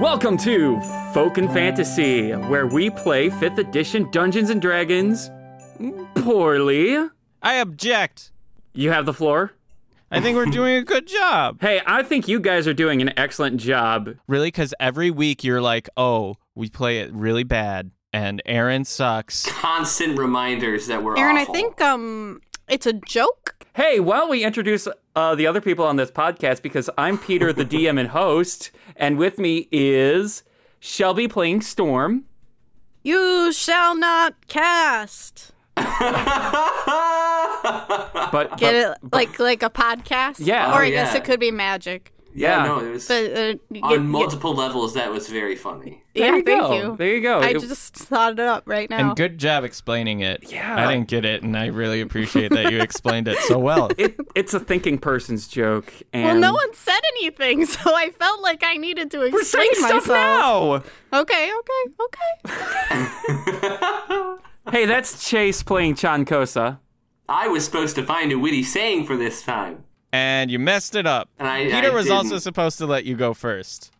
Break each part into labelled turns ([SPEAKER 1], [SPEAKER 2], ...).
[SPEAKER 1] Welcome to Folk and Fantasy, where we play 5th edition Dungeons and Dragons poorly.
[SPEAKER 2] I object.
[SPEAKER 1] You have the floor.
[SPEAKER 2] I think we're doing a good job.
[SPEAKER 1] Hey, I think you guys are doing an excellent job.
[SPEAKER 2] Really, because every week you're like, oh, we play it really bad, and Aaron sucks.
[SPEAKER 3] Constant reminders that we're
[SPEAKER 4] Aaron, I
[SPEAKER 3] awful.
[SPEAKER 4] think um, it's a joke.
[SPEAKER 1] Hey, why don't we introduce uh, the other people on this podcast because I'm Peter, the DM and host, and with me is Shelby playing Storm.
[SPEAKER 4] You shall not cast.
[SPEAKER 1] But,
[SPEAKER 4] Get
[SPEAKER 1] but-
[SPEAKER 4] it like like a podcast.
[SPEAKER 1] Yeah.
[SPEAKER 4] Or
[SPEAKER 1] Oh,
[SPEAKER 4] I guess
[SPEAKER 3] yeah.
[SPEAKER 4] it could be magic.
[SPEAKER 3] yeah,
[SPEAKER 1] yeah.
[SPEAKER 3] no, it was
[SPEAKER 4] But uh, y- y-
[SPEAKER 3] on multiple levels. That was very funny.
[SPEAKER 1] there
[SPEAKER 4] yeah,
[SPEAKER 1] you
[SPEAKER 4] thank
[SPEAKER 1] go.
[SPEAKER 4] you.
[SPEAKER 1] There you go.
[SPEAKER 4] I
[SPEAKER 1] It-
[SPEAKER 4] just thought it up right now.
[SPEAKER 2] And good job explaining it.
[SPEAKER 1] Yeah.
[SPEAKER 2] I didn't get it, and I really appreciate that you explained it so well.
[SPEAKER 1] it, it's a thinking person's joke. And
[SPEAKER 4] well, no one said anything, so I felt like I needed to
[SPEAKER 1] We're
[SPEAKER 4] explain
[SPEAKER 1] saying
[SPEAKER 4] myself.
[SPEAKER 1] stuff
[SPEAKER 2] Oh,
[SPEAKER 1] now.
[SPEAKER 4] Okay, okay, okay.
[SPEAKER 1] Hey, that's Chase playing Chancosa.
[SPEAKER 3] I was supposed to find a witty saying for this time.
[SPEAKER 2] And you messed it up.
[SPEAKER 3] And I-
[SPEAKER 2] Peter
[SPEAKER 3] I
[SPEAKER 2] was also
[SPEAKER 3] didn't.
[SPEAKER 2] supposed to let you go first.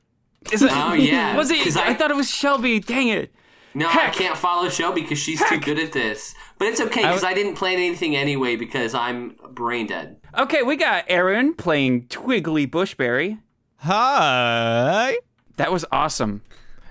[SPEAKER 1] Is it,
[SPEAKER 3] Oh yeah,
[SPEAKER 1] was it?
[SPEAKER 3] 'cause
[SPEAKER 1] I, thought it was Shelby. Dang it.
[SPEAKER 3] No,
[SPEAKER 1] Heck.
[SPEAKER 3] I can't follow Shelby because she's too good at this. But it's okay
[SPEAKER 2] I
[SPEAKER 3] because
[SPEAKER 2] w-
[SPEAKER 3] I didn't plan anything anyway because I'm brain dead.
[SPEAKER 1] Okay, we got Aaron playing Twiggly Bushberry.
[SPEAKER 2] Hi.
[SPEAKER 1] That was awesome.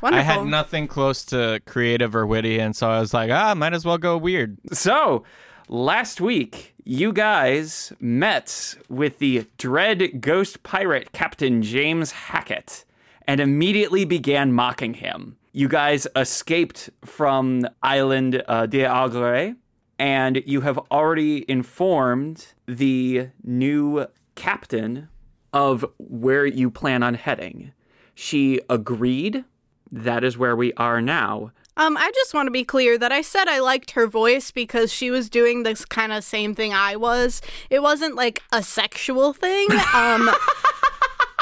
[SPEAKER 4] Wonderful.
[SPEAKER 2] I had nothing close to creative or witty, and so I was like, ah, might as well go weird.
[SPEAKER 1] So, last week, you guys met with the dread ghost pirate Captain James Hackett and immediately began mocking him. You guys escaped from Island uh, de Agre, and you have already informed the new captain of where you plan on heading. She agreed. That is where we are now.
[SPEAKER 4] Um, I just want to be clear that I said I liked her voice because she was doing this kind of same thing I was. It wasn't like a sexual thing. Um,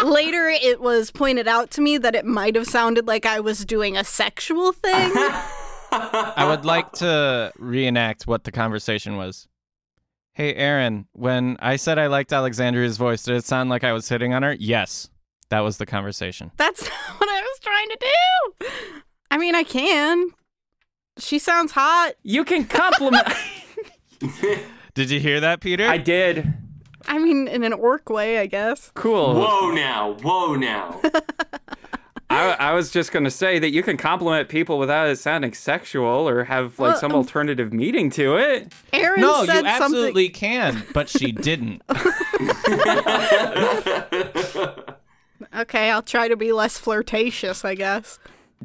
[SPEAKER 4] later, it was pointed out to me that it might have sounded like I was doing a sexual thing.
[SPEAKER 2] I would like to reenact what the conversation was. Hey, Aaron, when I said I liked Alexandria's voice, did it sound like I was hitting on her? Yes. That was the conversation.
[SPEAKER 4] That's not what I was trying to do. I mean, I can. She sounds hot.
[SPEAKER 1] You can compliment.
[SPEAKER 2] Did you hear that, Peter?
[SPEAKER 1] I did.
[SPEAKER 4] I mean, in an orc way, I guess.
[SPEAKER 2] Oh,
[SPEAKER 1] Cool.
[SPEAKER 3] Whoa now, whoa now.
[SPEAKER 1] I, I was just gonna say that you can compliment people without it sounding sexual or have like
[SPEAKER 4] Well,
[SPEAKER 1] some
[SPEAKER 4] um,
[SPEAKER 1] alternative meaning to it.
[SPEAKER 4] Aaron
[SPEAKER 2] no, you
[SPEAKER 4] said something.
[SPEAKER 2] absolutely can, but she didn't.
[SPEAKER 4] Okay, I'll try to be less flirtatious, I guess.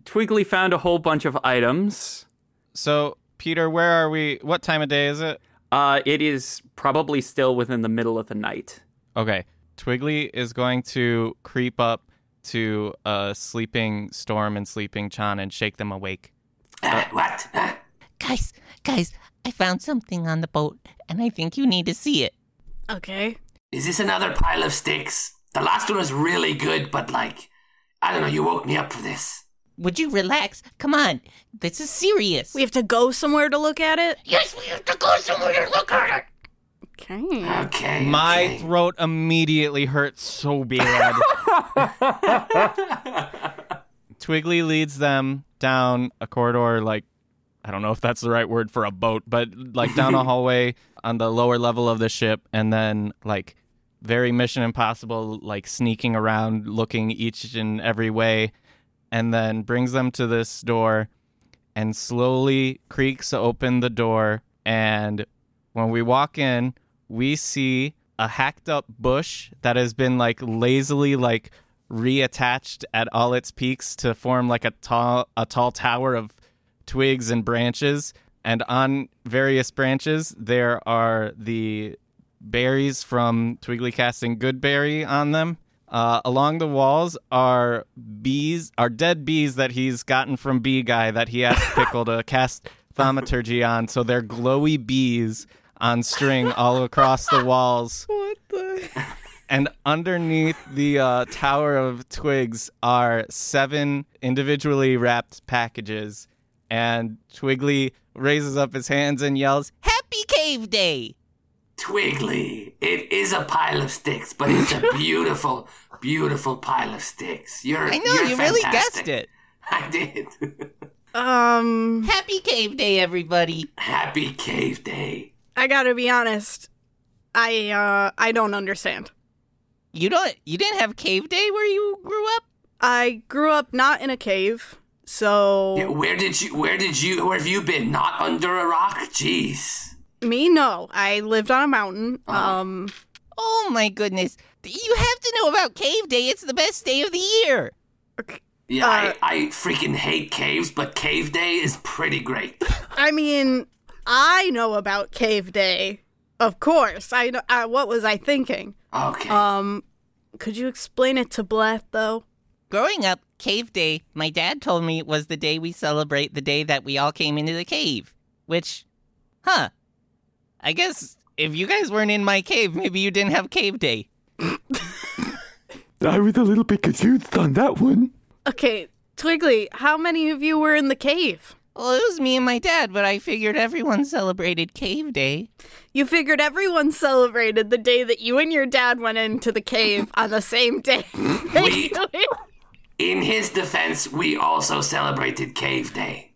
[SPEAKER 1] Twiggly found a whole bunch of items.
[SPEAKER 2] so, Peter, where are we? What time of day is it?
[SPEAKER 1] Uh, it is probably still within the middle of the night.
[SPEAKER 2] Okay. Twiggly is going to creep up to uh, sleeping Storm and sleeping Chan and shake them awake.
[SPEAKER 3] Ah, what? Ah.
[SPEAKER 5] Guys, guys, I found something on the boat, and I think you need to see it.
[SPEAKER 4] Okay.
[SPEAKER 3] Is this another pile of sticks? The last one was really good, but like, I don't know. You woke me up for this.
[SPEAKER 5] Would you relax? Come on, this is serious.
[SPEAKER 4] We have to go somewhere to look at it?
[SPEAKER 5] yes, we have to go somewhere to look at it.
[SPEAKER 4] Okay.
[SPEAKER 3] Okay.
[SPEAKER 2] My
[SPEAKER 3] okay.
[SPEAKER 2] throat immediately hurts so bad. Twiggly leads them down a corridor, like, I don't know if that's the right word for a boat, but like down a hallway on the lower level of the ship, and then like very Mission Impossible, like sneaking around, looking each and every way, and then brings them to this door and slowly creaks open the door. And when we walk in, we see a hacked up bush that has been like lazily like reattached at all its peaks to form like a tall a tall tower of twigs and branches. And on various branches, there are the berries from Twiggly casting good berry on them. Uh, along the walls are bees, are dead bees that he's gotten from Bee Guy that he asked Pickle to cast thaumaturgy on. So they're glowy bees on string all across the walls. What the? And underneath the uh, tower of twigs are seven individually wrapped packages. And Twiggly raises up his hands and yells,
[SPEAKER 5] Happy Cave Day.
[SPEAKER 3] Twiggly, it is a pile of sticks, but it's a beautiful, beautiful pile of sticks. You're
[SPEAKER 5] I know,
[SPEAKER 3] you're
[SPEAKER 5] you really
[SPEAKER 3] fantastic.
[SPEAKER 5] guessed it.
[SPEAKER 3] I did.
[SPEAKER 4] Um,
[SPEAKER 5] Happy Cave Day, everybody.
[SPEAKER 3] Happy Cave Day.
[SPEAKER 4] I gotta be honest. I uh, I don't understand.
[SPEAKER 5] You don't. You didn't have Cave Day where you grew up.
[SPEAKER 4] I grew up not in a cave, so
[SPEAKER 5] Oh.
[SPEAKER 3] Yeah, where did you? Where did you? Where have you been? Not under a rock. Jeez.
[SPEAKER 4] me no. I lived on a mountain. Um,
[SPEAKER 5] Oh my goodness! You have to know about Cave Day. It's the best day of the year.
[SPEAKER 3] Yeah,
[SPEAKER 4] Uh,
[SPEAKER 3] I, I freaking hate caves, but Cave Day is pretty great.
[SPEAKER 4] I mean, I know about Cave Day, of course. I, know, I what was I thinking?
[SPEAKER 3] Okay.
[SPEAKER 5] Uh,
[SPEAKER 4] Um, could you explain it to Bleth though?
[SPEAKER 5] Growing up, Cave Day, my dad told me was the day we celebrate the day that we all came into the cave. Which, huh? I guess if you guys weren't in my cave, maybe you didn't have Cave Day.
[SPEAKER 6] I was a little bit confused on that one.
[SPEAKER 4] Okay, Twiggly, how many of you were in the cave?
[SPEAKER 5] Well, it was me and my dad, but I figured everyone celebrated Cave Day.
[SPEAKER 4] You figured everyone celebrated the day that you and your dad went into the cave on the same day.
[SPEAKER 3] we, in his defense, we also celebrated Cave Day.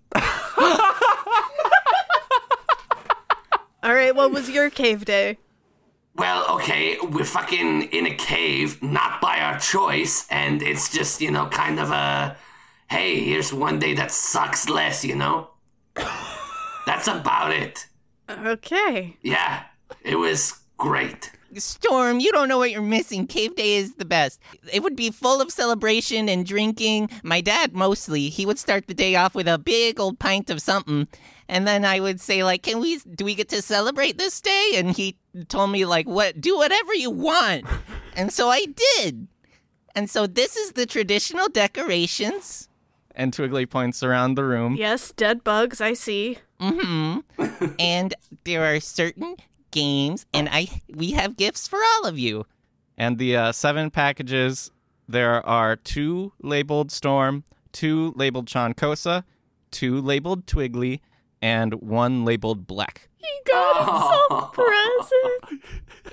[SPEAKER 4] All right, what was your cave day?
[SPEAKER 3] Well, okay, we're fucking in a cave, not by our choice, and it's just, you know, kind of a hey, here's one day that sucks less, you know? That's about it.
[SPEAKER 4] Okay.
[SPEAKER 3] Yeah, it was great.
[SPEAKER 5] Storm, you don't know what you're missing. Cave Day is the best. It would be full of celebration and drinking. My dad mostly, he would start the day off with a big old pint of something. And then I would say like, "Can we do we get to celebrate this day?" And he told me like, "What? Do whatever you want." And so I did. And so this is the traditional decorations.
[SPEAKER 2] And Twiggly points around the room.
[SPEAKER 4] Yes, dead bugs, I see.
[SPEAKER 5] Mm-hmm. And there are certain games and I we have gifts for all of you.
[SPEAKER 2] And the uh, seven packages, there are two labeled Storm, two labeled Chonkosa, two labeled Twiggly, and one labeled Black.
[SPEAKER 4] He got himself present.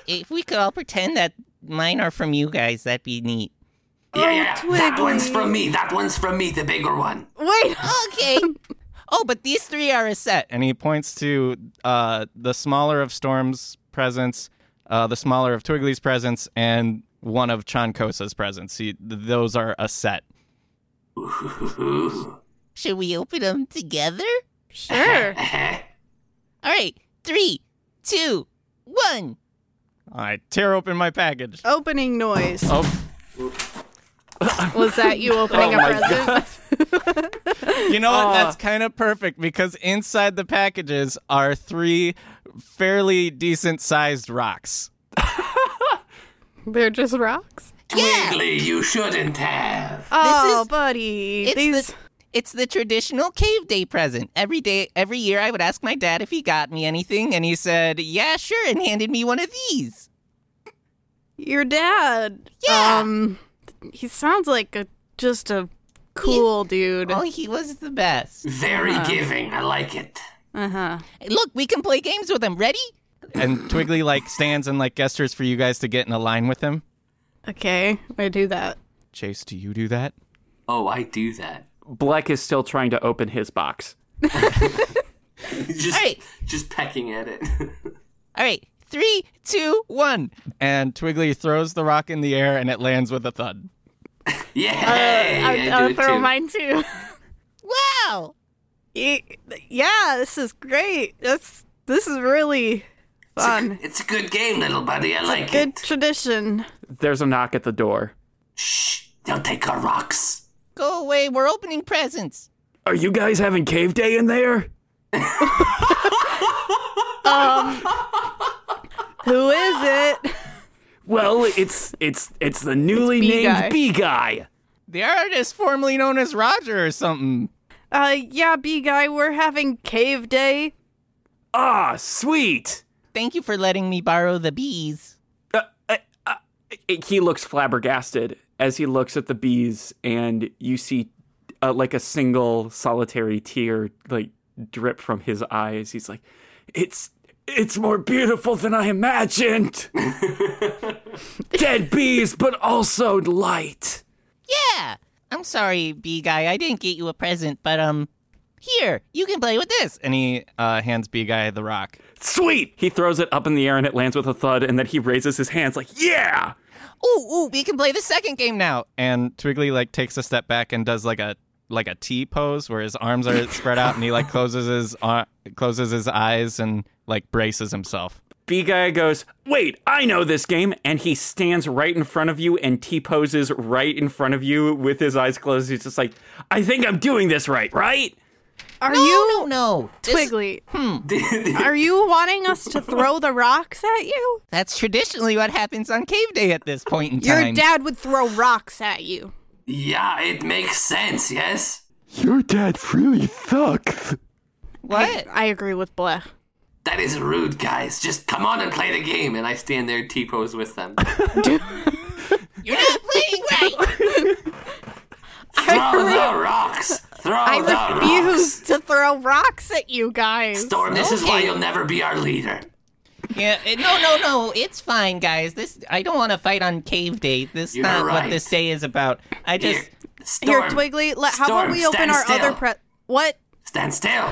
[SPEAKER 5] If we could all pretend that mine are from you guys, that'd be neat.
[SPEAKER 4] Oh,
[SPEAKER 3] Yeah, yeah, yeah. That
[SPEAKER 4] Twiggly.
[SPEAKER 3] one's from me. That one's from me, the bigger one.
[SPEAKER 4] Wait,
[SPEAKER 5] Okay. oh, but these three are a set.
[SPEAKER 2] And he points to uh, the smaller of Storm's presents, uh, the smaller of Twiggly's presents, and one of Chonkosa's presents. He, th- those are a set.
[SPEAKER 3] Ooh.
[SPEAKER 5] Should we open them together?
[SPEAKER 4] sure.
[SPEAKER 3] Eh?
[SPEAKER 5] All right. Three, two, one.
[SPEAKER 2] I tear open my package.
[SPEAKER 4] Opening noise.
[SPEAKER 2] Oh,
[SPEAKER 4] Was that you
[SPEAKER 5] Oh
[SPEAKER 4] opening a present?
[SPEAKER 2] you know what? That's kind of perfect because inside the packages are three fairly decent sized rocks.
[SPEAKER 4] They're just rocks.
[SPEAKER 5] Yeah.
[SPEAKER 3] Twiggly, you shouldn't have.
[SPEAKER 4] Oh,
[SPEAKER 5] is-
[SPEAKER 4] buddy.
[SPEAKER 5] It's
[SPEAKER 4] These
[SPEAKER 5] the it's the traditional cave day present. Every day, every year, I would ask my dad if he got me anything, and he said, "Yeah, sure," and handed me one of these.
[SPEAKER 4] your dad.
[SPEAKER 5] Yeah.
[SPEAKER 4] Um he sounds like a just a cool dude.
[SPEAKER 5] Oh, he was the best.
[SPEAKER 3] Very giving. I like it.
[SPEAKER 4] Uh-huh.
[SPEAKER 5] Look, we can play games with him. Ready?
[SPEAKER 2] And Twiggly like stands and like gestures for you guys to get in a line with him.
[SPEAKER 4] Okay. I do that.
[SPEAKER 2] Chase, do you do that?
[SPEAKER 3] Oh, I do that.
[SPEAKER 1] Bleck is still trying to open his box.
[SPEAKER 3] just,
[SPEAKER 5] Hey.
[SPEAKER 3] just pecking at it.
[SPEAKER 5] All right. Three, two, one.
[SPEAKER 2] And Twiggly throws the rock in the air and it lands with a thud.
[SPEAKER 3] yeah,
[SPEAKER 4] I,
[SPEAKER 3] I do
[SPEAKER 4] Uh, I'll
[SPEAKER 3] it
[SPEAKER 4] throw
[SPEAKER 3] too.
[SPEAKER 4] mine too.
[SPEAKER 5] Wow.
[SPEAKER 4] E- yeah, this is great. That's this is really fun.
[SPEAKER 3] It's a good game, little buddy. I like
[SPEAKER 4] Good
[SPEAKER 3] it.
[SPEAKER 4] tradition.
[SPEAKER 1] There's a knock at the door.
[SPEAKER 3] Shh! Don't take our rocks.
[SPEAKER 5] Go away. We're opening presents.
[SPEAKER 1] Are you guys having cave day in there?
[SPEAKER 3] Um,
[SPEAKER 4] Um, Who is it?
[SPEAKER 1] Well, it's it's it's the newly
[SPEAKER 4] It's Bee
[SPEAKER 1] named
[SPEAKER 4] Guy.
[SPEAKER 1] Bee Guy.
[SPEAKER 2] The artist formerly known as Roger or something.
[SPEAKER 4] Uh yeah, B guy, we're having cave day.
[SPEAKER 1] Ah, sweet.
[SPEAKER 5] Thank you for letting me borrow the bees.
[SPEAKER 1] Uh, uh, uh, he looks flabbergasted as he looks at the bees, and you see uh, like a single solitary tear like drip from his eyes. He's like, "It's It's more beautiful than I imagined. Dead bees, but also light.
[SPEAKER 5] Yeah. I'm sorry, bee guy. I didn't get you a present, but um, here you can play with this.
[SPEAKER 2] And he uh, hands B guy the rock.
[SPEAKER 1] Sweet! He throws it up in the air and it lands with a thud, and then he raises his hands like, yeah!
[SPEAKER 5] Ooh, ooh, we can play the second game now.
[SPEAKER 2] Now and Twiggly like takes a step back and does like a like a T pose where his arms are spread out and he like closes his ar- closes his eyes and like braces himself.
[SPEAKER 1] B guy goes, Wait, I know this game. And he stands right in front of you and T poses right in front of you with his eyes closed. He's just like, I think I'm doing this right, right?
[SPEAKER 4] Are
[SPEAKER 5] No,
[SPEAKER 4] you
[SPEAKER 5] no, no. This-
[SPEAKER 4] Twiggly? Are you wanting us to throw the rocks at you?
[SPEAKER 5] that's traditionally what happens on cave day at this point in
[SPEAKER 4] Your
[SPEAKER 5] time.
[SPEAKER 4] dad would throw rocks at you.
[SPEAKER 3] yeah, it makes sense, yes?
[SPEAKER 6] Your dad really sucks.
[SPEAKER 5] what?
[SPEAKER 4] I agree with Bleh.
[SPEAKER 3] That is rude, guys. Just come on and play the game. And I stand there T pose with them.
[SPEAKER 5] You're not playing right.
[SPEAKER 3] Throw the rocks! Throw
[SPEAKER 4] I
[SPEAKER 3] the
[SPEAKER 4] refuse
[SPEAKER 3] rocks!
[SPEAKER 4] to throw rocks at you guys.
[SPEAKER 3] Storm, this is why you'll never be our leader.
[SPEAKER 5] yeah. eh, No, no, no. It's fine, guys. This I don't want to fight on cave day. This is
[SPEAKER 3] You're
[SPEAKER 5] not what
[SPEAKER 3] right.
[SPEAKER 5] this day is about. I just.
[SPEAKER 3] Here, Storm,
[SPEAKER 4] Here, Twiggly, let, how about
[SPEAKER 3] Storm,
[SPEAKER 4] we open
[SPEAKER 3] stand
[SPEAKER 4] our other
[SPEAKER 3] still.
[SPEAKER 4] pre. What?
[SPEAKER 3] stand still.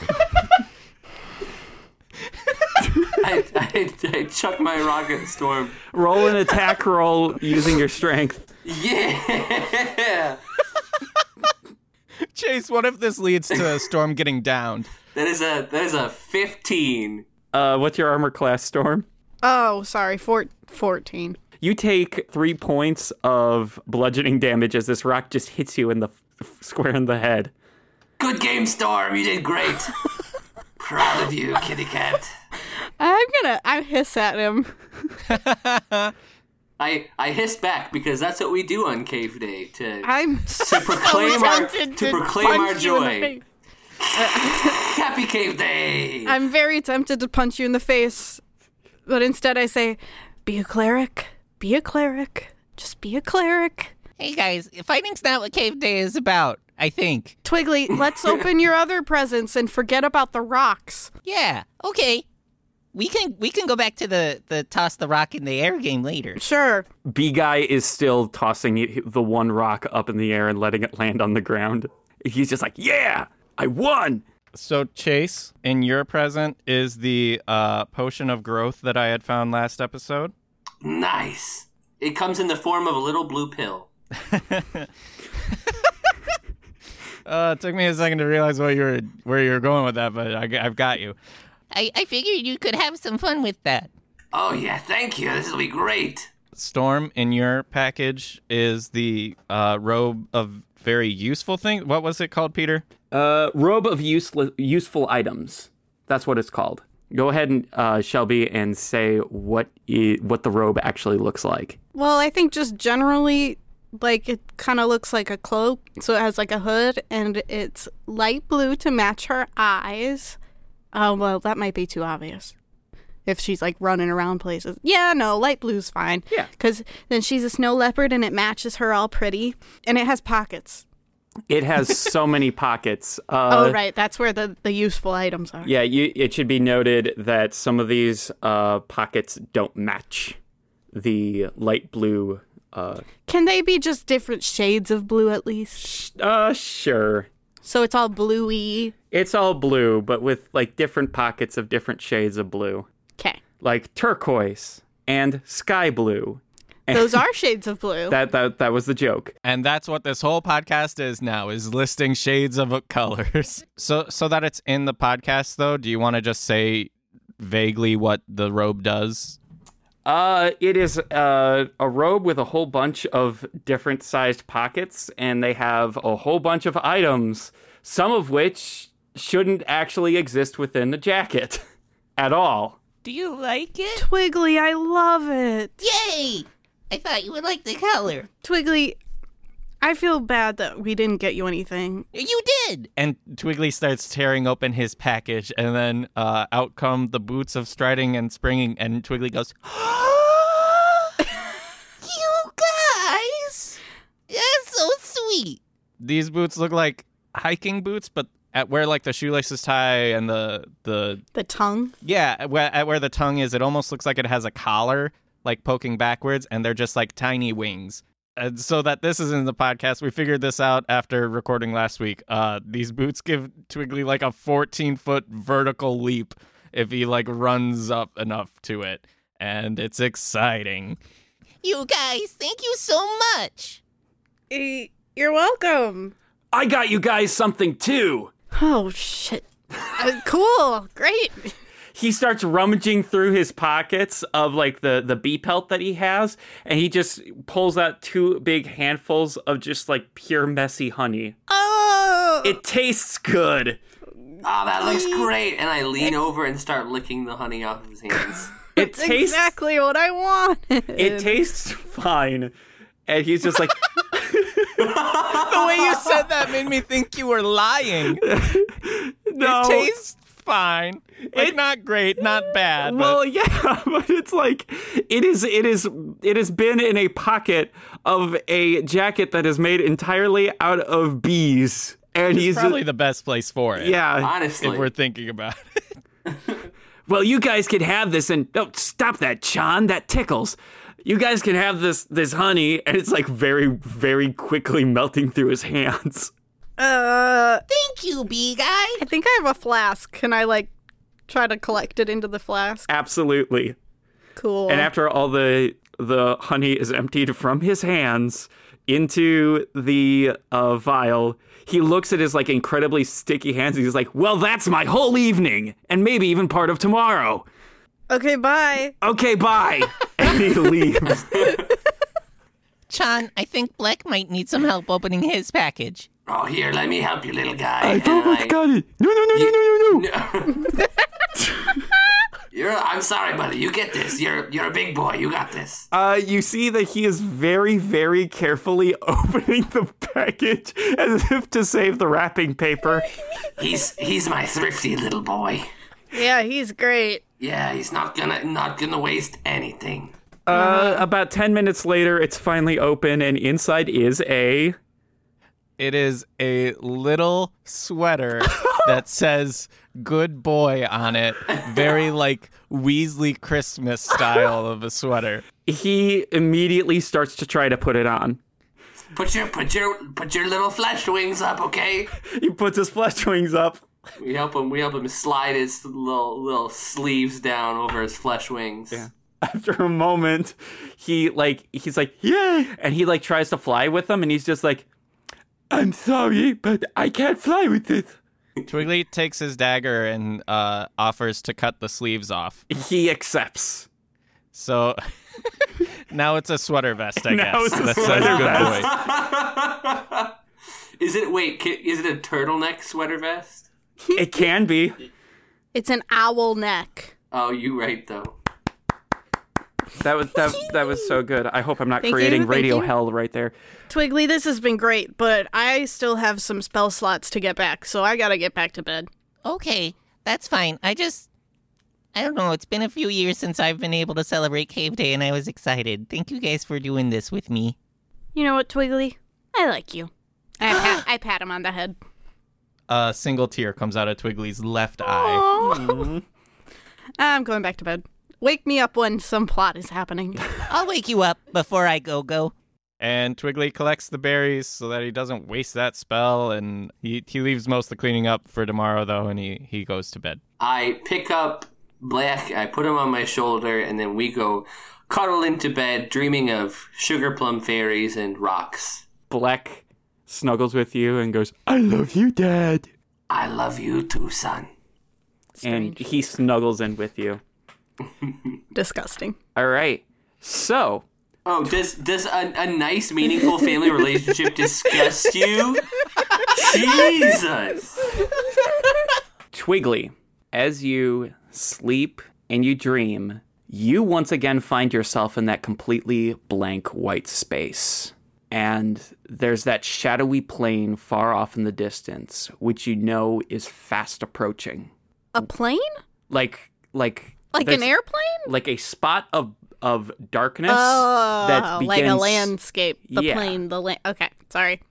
[SPEAKER 3] I, I, I chuck my rock at Storm.
[SPEAKER 1] Roll an attack roll using your strength.
[SPEAKER 3] Yeah!
[SPEAKER 2] Chase, what if this leads to Storm getting downed?
[SPEAKER 3] That is a that is a fifteen.
[SPEAKER 1] Uh, what's your armor class, Storm?
[SPEAKER 4] Oh, sorry, four, 14.
[SPEAKER 1] You take three points of bludgeoning damage as this rock just hits you in the f- square in the head.
[SPEAKER 3] Good game, Storm. You did great. Proud of you, kitty cat.
[SPEAKER 4] I'm gonna, I hiss at him.
[SPEAKER 3] I I hiss back because that's what we do on Cave Day to
[SPEAKER 4] I'm so
[SPEAKER 3] proclaim our-
[SPEAKER 4] tempted
[SPEAKER 3] to
[SPEAKER 4] to
[SPEAKER 3] proclaim
[SPEAKER 4] punch
[SPEAKER 3] our
[SPEAKER 4] you in the
[SPEAKER 3] joy.
[SPEAKER 4] face.
[SPEAKER 3] Happy Cave Day.
[SPEAKER 4] I'm very tempted to punch you in the face, but instead I say, be a cleric. Be a cleric. Just be a cleric.
[SPEAKER 5] Hey guys, fighting's not what cave day is about. I think.
[SPEAKER 4] Twiggly, let's open your other presents and forget about the rocks.
[SPEAKER 5] Yeah. Okay. We can we can go back to the the toss the rock in the air game later.
[SPEAKER 4] Sure.
[SPEAKER 1] B guy is still tossing the one rock up in the air and letting it land on the ground. He's just like, "Yeah, I won."
[SPEAKER 2] So Chase, in your present is the uh, potion of growth that I had found last episode.
[SPEAKER 3] nice. It comes in the form of a little blue pill.
[SPEAKER 2] Uh, it took me a second to realize what you were where you were going with that, but I, have got you.
[SPEAKER 5] I I figured you could have some fun with that.
[SPEAKER 3] Oh yeah, thank you. This will be great.
[SPEAKER 2] Storm in your package is the uh, robe of very useful thing. What was it called, Peter?
[SPEAKER 1] Uh, robe of useless, useful items. That's what it's called. Go ahead and uh, Shelby and say what i- what the robe actually looks like.
[SPEAKER 4] Well, I think just generally, like, it kind of looks like a cloak. So it has, like, a hood, and it's light blue to match her eyes. Oh, well, that might be too obvious. If she's, like, running around places. Yeah, no, light blue's fine.
[SPEAKER 1] Yeah.
[SPEAKER 4] Because then she's a snow leopard, and it matches her all pretty. And it has pockets.
[SPEAKER 1] It has so many pockets. Uh,
[SPEAKER 4] oh, right. That's where the, the useful items are.
[SPEAKER 1] Yeah, you, it should be noted that some of these uh, pockets don't match the light blue. Uh,
[SPEAKER 4] Can they be just different shades of blue, at least?
[SPEAKER 1] sh- uh, sure.
[SPEAKER 4] So it's all bluey.
[SPEAKER 1] It's all blue, but with like different pockets of different shades of blue,
[SPEAKER 4] Okay.
[SPEAKER 1] like turquoise and sky blue.
[SPEAKER 4] Those are shades of blue.
[SPEAKER 1] Eh. That that that was the joke.
[SPEAKER 2] And that's what this whole podcast is now is listing shades of colors. So so that it's in the podcast though, do you want to just say vaguely what the robe does?
[SPEAKER 1] Uh, it is uh, a robe with a whole bunch of different sized pockets, and they have a whole bunch of items, some of which shouldn't actually exist within the jacket at all.
[SPEAKER 5] Do you like it?
[SPEAKER 4] Twiggly, I love it.
[SPEAKER 5] Yay! I thought you would like the color.
[SPEAKER 4] Twiggly, I feel bad that we didn't get you anything.
[SPEAKER 5] You did.
[SPEAKER 2] And Twiggly starts tearing open his package and then uh, out come the boots of striding and springing and Twiggly goes,
[SPEAKER 5] You guys. That's so sweet.
[SPEAKER 2] "These boots look like hiking boots, but at where like the shoelaces tie and the the
[SPEAKER 4] The tongue.
[SPEAKER 2] yeah at where, at where the tongue is, it almost looks like it has a collar like poking backwards, and they're just like tiny wings. And so that this is in the podcast, we figured this out after recording last week. Uh, these boots give Twiggly like a 14 foot vertical leap if he like runs up enough to it, and it's exciting.
[SPEAKER 5] You guys, thank you so much.
[SPEAKER 4] You're welcome.
[SPEAKER 1] I got you guys something too.
[SPEAKER 4] Oh shit. Uh, cool. Great.
[SPEAKER 1] he starts rummaging through his pockets of like the the bee pelt that he has and he just pulls out two big handfuls of just like pure messy honey
[SPEAKER 4] Oh.
[SPEAKER 1] it tastes good
[SPEAKER 3] Oh, that looks great. And I lean over and start licking the honey off of his hands.
[SPEAKER 1] it
[SPEAKER 4] That's
[SPEAKER 1] tastes
[SPEAKER 4] exactly what I want.
[SPEAKER 1] it tastes fine and he's just like
[SPEAKER 2] The way you said that made me think you were lying.
[SPEAKER 1] no
[SPEAKER 2] It tastes fine. Like, not great, not bad.
[SPEAKER 1] well yeah but it's like it is it is it has been in a pocket of a jacket that is made entirely out of bees and
[SPEAKER 2] but
[SPEAKER 1] he's uh,
[SPEAKER 2] it's probably the best place for it.
[SPEAKER 1] yeah
[SPEAKER 3] Honestly.
[SPEAKER 2] If we're thinking about it.
[SPEAKER 1] well you guys can have this and no stop that john that tickles you guys can have this this honey and it's like very very quickly melting through his hands
[SPEAKER 4] uh,
[SPEAKER 5] Thank you, bee guy.
[SPEAKER 4] I think I have a flask. Can I like try to collect it into the flask?
[SPEAKER 1] absolutely
[SPEAKER 4] Cool.
[SPEAKER 1] and after all the the honey is emptied from his hands into the uh, vial he looks at his like incredibly sticky hands and he's like well that's my whole evening and maybe even part of tomorrow
[SPEAKER 4] okay, bye.
[SPEAKER 1] okay bye and he leaves
[SPEAKER 5] Chan, I think Black might need some help opening his package.
[SPEAKER 3] oh, here, let me help you, little guy.
[SPEAKER 6] I
[SPEAKER 3] And
[SPEAKER 6] thought
[SPEAKER 3] I-
[SPEAKER 6] we got it. Oh No, no, no, no, no, no, no.
[SPEAKER 3] You're, I'm sorry, buddy. You get this. You're you're a big boy. You got this.
[SPEAKER 1] Uh, you see that he is very, very carefully opening the package as if to save the wrapping paper.
[SPEAKER 6] Oh
[SPEAKER 3] He's he's my thrifty little boy.
[SPEAKER 4] Yeah, he's great.
[SPEAKER 3] Yeah, he's not gonna not gonna waste anything.
[SPEAKER 1] Uh, about 10 minutes later, it's finally open, and inside is a.
[SPEAKER 2] It is a little sweater that says good boy on it. Very like Weasley Christmas style of a sweater.
[SPEAKER 1] He immediately starts to try to put it on.
[SPEAKER 3] Put your put your put your little flesh wings up, okay?
[SPEAKER 1] He puts his flesh wings up.
[SPEAKER 3] We help him. We help him slide his little little sleeves down over his flesh wings. Yeah.
[SPEAKER 1] After a moment, he like he's like yeah, and he like tries to fly with them, and he's just like,
[SPEAKER 6] I'm sorry, but I can't fly with this.
[SPEAKER 2] Twiggly takes his dagger and uh, offers to cut the sleeves off.
[SPEAKER 1] he accepts.
[SPEAKER 2] So now it's a sweater vest, I
[SPEAKER 1] Now
[SPEAKER 2] guess.
[SPEAKER 1] it's a
[SPEAKER 2] that
[SPEAKER 1] sweater
[SPEAKER 2] says good
[SPEAKER 1] vest.
[SPEAKER 2] boy.
[SPEAKER 3] Is it wait? ki- Is it a turtleneck sweater vest?
[SPEAKER 1] It can be.
[SPEAKER 4] It's an owl neck.
[SPEAKER 3] Oh, you right though.
[SPEAKER 1] That was that, that was so good. I hope I'm not
[SPEAKER 4] Thank you,
[SPEAKER 1] creating
[SPEAKER 4] thank
[SPEAKER 1] radio
[SPEAKER 4] you.
[SPEAKER 1] hell right there.
[SPEAKER 4] Twiggly, this has been great, but I still have some spell slots to get back, so I gotta get back to bed.
[SPEAKER 5] Okay, that's fine. I just. I don't know. It's been a few years since I've been able to celebrate Cave Day, and I was excited. Thank you guys for doing this with me.
[SPEAKER 4] You know what, Twiggly? I like you. I pat, I pat him on the head.
[SPEAKER 2] A single tear comes out of Twiggly's left
[SPEAKER 1] Oh.
[SPEAKER 2] eye.
[SPEAKER 4] I'm going back to bed. Wake me up when some plot is happening.
[SPEAKER 5] I'll wake you up before I go go.
[SPEAKER 2] And Twiggly collects the berries so that he doesn't waste that spell. And he, he leaves most of the cleaning up for tomorrow, though, and he, he goes to bed.
[SPEAKER 3] I pick up Black, I put him on my shoulder, and then we go cuddle into bed, dreaming of sugar plum fairies and rocks.
[SPEAKER 1] Black snuggles with you and goes,
[SPEAKER 6] I love you, Dad.
[SPEAKER 3] I love you too, son.
[SPEAKER 1] and he snuggles in with you.
[SPEAKER 4] Disgusting.
[SPEAKER 1] All right. So
[SPEAKER 3] Oh, does does a, a nice, meaningful family relationship disgust you? Jesus.
[SPEAKER 1] Twiggly, as you sleep and you dream, you once again find yourself in that completely blank white space. And there's that shadowy plane far off in the distance, which you know is fast approaching.
[SPEAKER 4] A plane?
[SPEAKER 1] Like, like,
[SPEAKER 4] Like an
[SPEAKER 1] there's-
[SPEAKER 4] airplane?
[SPEAKER 1] like a spot of of darkness
[SPEAKER 4] Oh,
[SPEAKER 1] that begins.
[SPEAKER 4] like a landscape. The
[SPEAKER 1] Yeah.
[SPEAKER 4] plane, the land. Okay, sorry.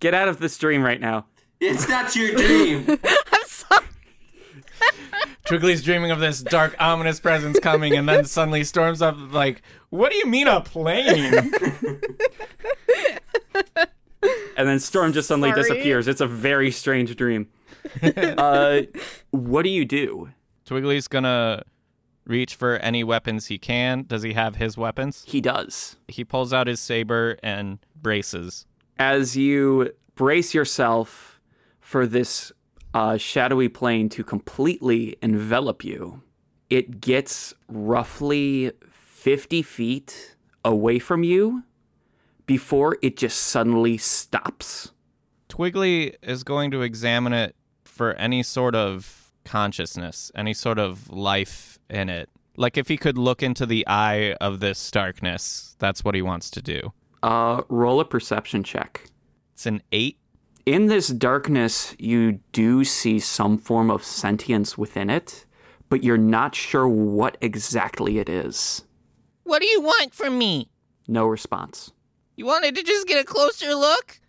[SPEAKER 1] Get out of this dream right now.
[SPEAKER 3] It's not your dream.
[SPEAKER 4] I'm sorry.
[SPEAKER 2] Twiggly's dreaming of this dark, ominous presence coming, and then suddenly storms up like, "What do you mean a plane?"
[SPEAKER 1] and then Storm just suddenly
[SPEAKER 4] Sorry.
[SPEAKER 1] disappears. It's a very strange dream. uh, what do you do?
[SPEAKER 2] Twiggly's gonna reach for any weapons he can. Does he have his weapons?
[SPEAKER 1] He does.
[SPEAKER 2] He pulls out his saber and braces.
[SPEAKER 1] As you brace yourself for this uh, shadowy plane to completely envelop you, it gets roughly 50 feet away from you before it just suddenly stops.
[SPEAKER 2] Twiggly is going to examine it for any sort of consciousness, any sort of life in it. Like if he could look into the eye of this darkness, that's what he wants to do.
[SPEAKER 1] Uh, roll a perception check.
[SPEAKER 2] It's an eight.
[SPEAKER 1] in this darkness, you do see some form of sentience within it, but you're not sure what exactly it is.
[SPEAKER 5] What do you want from me?
[SPEAKER 1] No response.
[SPEAKER 5] You wanted to just get a closer look?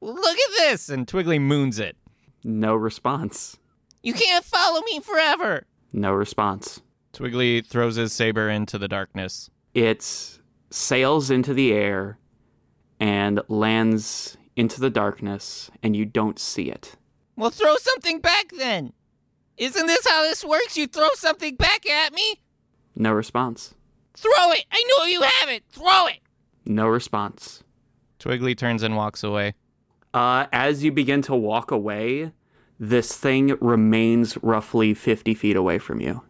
[SPEAKER 2] Look at this! And Twiggly moons it.
[SPEAKER 1] No response.
[SPEAKER 5] You can't follow me forever.
[SPEAKER 1] No response.
[SPEAKER 2] Twiggly throws his saber into the darkness.
[SPEAKER 1] It sails into the air and lands into the darkness, and you don't see it.
[SPEAKER 5] Well, throw something back then. Isn't this how this works? You throw something back at me?
[SPEAKER 1] No response.
[SPEAKER 5] Throw it. I know you have it. Throw it.
[SPEAKER 1] No response.
[SPEAKER 2] Twiggly turns and walks away.
[SPEAKER 1] Uh, as you begin to walk away, this thing remains roughly 50 feet away from you.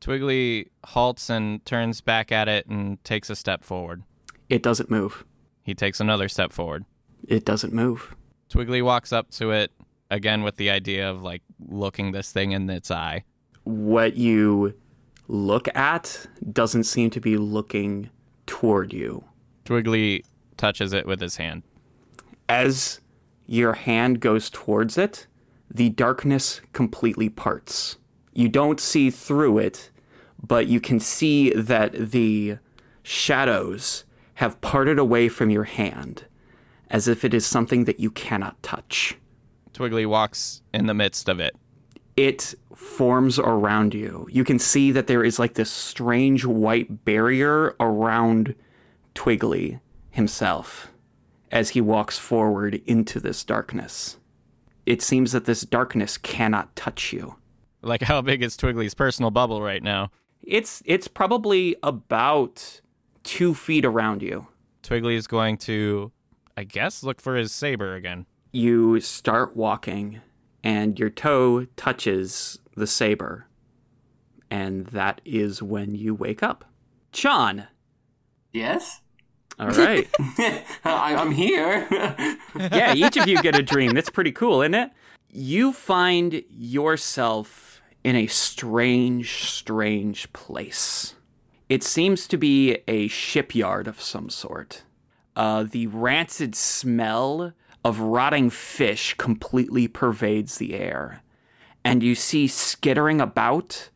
[SPEAKER 2] Twiggly halts and turns back at it and takes a step forward.
[SPEAKER 1] It doesn't move.
[SPEAKER 2] He takes another step forward.
[SPEAKER 1] It doesn't move.
[SPEAKER 2] Twiggly walks up to it again with the idea of like looking this thing in its eye.
[SPEAKER 1] what you look at doesn't seem to be looking toward you.
[SPEAKER 2] Twiggly touches it with his hand.
[SPEAKER 1] As your hand goes towards it, the darkness completely parts. You don't see through it, but you can see that the shadows have parted away from your hand as if it is something that you cannot touch.
[SPEAKER 2] Twiggly walks in the midst of it.
[SPEAKER 1] it forms around you. You can see that there is like this strange white barrier around Twiggly himself as he walks forward into this darkness. It seems that this darkness cannot touch you.
[SPEAKER 2] Like how big is Twiggly's personal bubble right now?
[SPEAKER 1] It's it's probably about two feet around you.
[SPEAKER 2] Twiggly is going to I guess look for his saber again.
[SPEAKER 1] You start walking and your toe touches the saber. And that is when you wake up. Chan.
[SPEAKER 3] yes?
[SPEAKER 1] All right.
[SPEAKER 3] I, I'm here.
[SPEAKER 1] yeah, each of you get a dream. That's pretty cool, isn't it? You find yourself in a strange, strange place. It seems to be a shipyard of some sort. Uh, the rancid smell of rotting fish completely pervades the air. And you see skittering about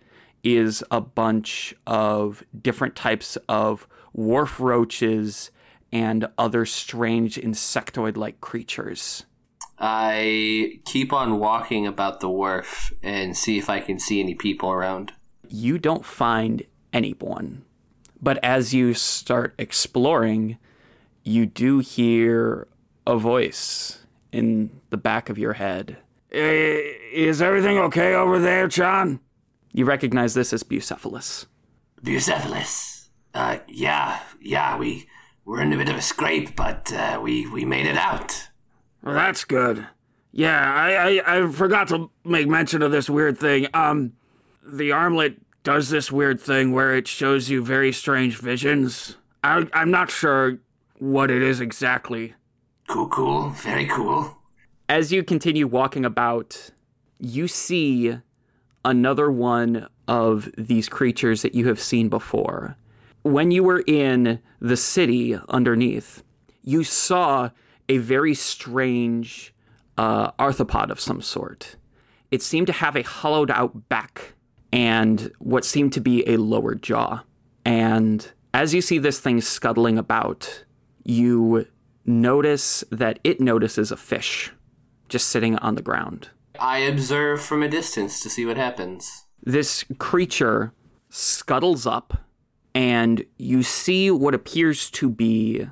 [SPEAKER 1] is a bunch of different types of wharf roaches and other strange insectoid like creatures.
[SPEAKER 3] I keep on walking about the wharf and see if I can see any people around.
[SPEAKER 1] you don't find anyone. But as you start exploring, you do hear a voice in the back of your head. Is everything okay over there, John? You recognize this as Bucephalus.
[SPEAKER 3] Bucephalus. Uh, yeah, yeah, we we're in a bit of a scrape, but uh, we we made it out.
[SPEAKER 6] Well, that's good. Yeah, I, I I forgot to make mention of this weird thing. Um, the armlet does this weird thing where it shows you very strange visions. I I'm not sure what it is exactly.
[SPEAKER 3] Cool, cool, very cool.
[SPEAKER 1] as you continue walking about, you see another one of these creatures that you have seen before. When you were in the city underneath, you saw a very strange uh, arthropod of some sort. It seemed to have a hollowed out back and what seemed to be a lower jaw. And as you see this thing scuttling about, you notice that it notices a fish just sitting on the ground.
[SPEAKER 3] I observe from a distance to see what happens.
[SPEAKER 1] This creature scuttles up, and you see what appears to be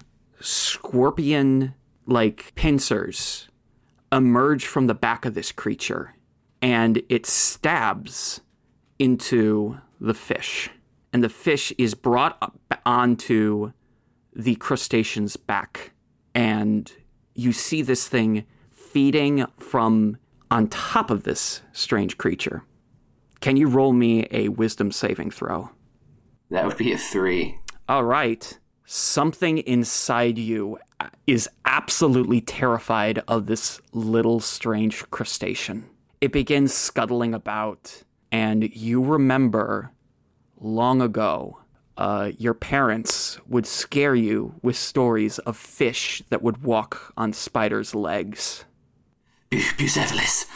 [SPEAKER 1] scorpion like pincers emerge from the back of this creature, and it stabs into the fish. And the fish is brought up onto the crustacean's back and you see this thing feeding from on top of this strange creature. Can you roll me a wisdom saving throw?
[SPEAKER 3] That would be a three.
[SPEAKER 1] All right. Something inside you uh, is absolutely terrified of this little strange crustacean. It begins scuttling about, and you remember long ago uh, your parents would scare you with stories of fish that would walk on spiders' legs.
[SPEAKER 3] Bu- Bucephalus,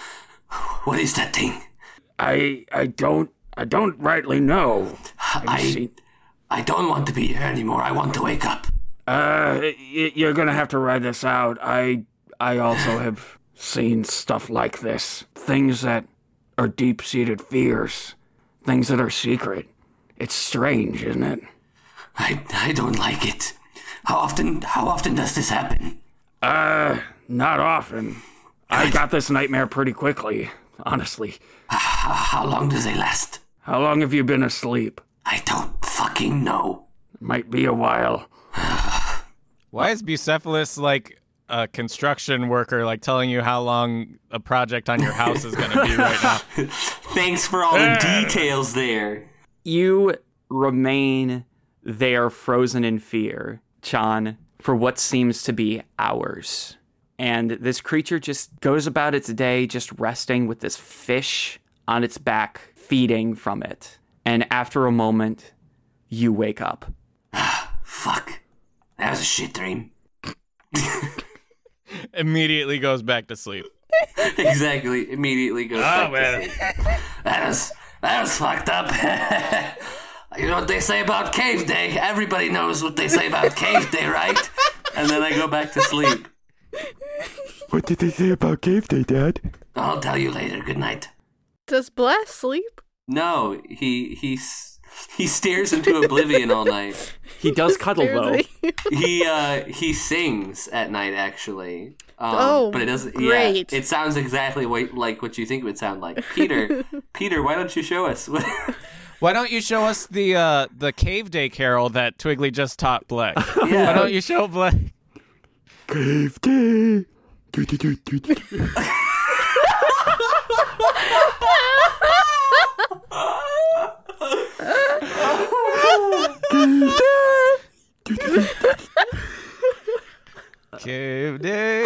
[SPEAKER 3] what is that thing?
[SPEAKER 6] I I don't I don't rightly know.
[SPEAKER 3] I, I don't want to be here anymore. I want to wake up.
[SPEAKER 6] Uh, y- you're gonna have to ride this out. I I also have seen stuff like this. Things that are deep-seated fears. Things that are secret. It's strange, isn't it?
[SPEAKER 3] I, I don't like it. How often how often does this happen?
[SPEAKER 6] Uh, not often. I got this nightmare pretty quickly, honestly.
[SPEAKER 3] How, how long do they last?
[SPEAKER 6] How long have you been asleep?
[SPEAKER 3] I don't fucking know.
[SPEAKER 6] Might be a while.
[SPEAKER 2] Why is Bucephalus like a construction worker, like telling you how long a project on your house is going to be right now?
[SPEAKER 3] Thanks for all the details there.
[SPEAKER 1] You remain there frozen in fear, Chan, for what seems to be hours. And this creature just goes about its day, just resting with this fish on its back, feeding from it. And after a moment, you wake up.
[SPEAKER 3] Fuck. That was a shit dream.
[SPEAKER 2] Immediately goes back to sleep.
[SPEAKER 3] exactly. Immediately goes back
[SPEAKER 2] man.
[SPEAKER 3] to sleep. That was that was fucked up. you know what they say about cave day? Everybody knows what they say about cave day, right? And then I go back to sleep.
[SPEAKER 7] What did they say about Cave Day, Dad?
[SPEAKER 3] I'll tell you later. Good night.
[SPEAKER 4] Does Bless sleep?
[SPEAKER 3] No, he he s- he stares into oblivion all night.
[SPEAKER 1] He does cuddle, though.
[SPEAKER 4] Seriously.
[SPEAKER 3] He uh he sings at night actually. Um,
[SPEAKER 4] Oh,
[SPEAKER 3] but it doesn't.
[SPEAKER 4] great.
[SPEAKER 3] Yeah, it sounds exactly what, like what you think it would sound like. Peter, Peter, why don't you show us? what-
[SPEAKER 2] Why don't you show us the uh, the cave day carol that Twiggly just taught Black? Why
[SPEAKER 3] yeah,
[SPEAKER 2] don't you show Black?
[SPEAKER 7] Cave Day! Do-do-do-do-do.
[SPEAKER 2] Cave day.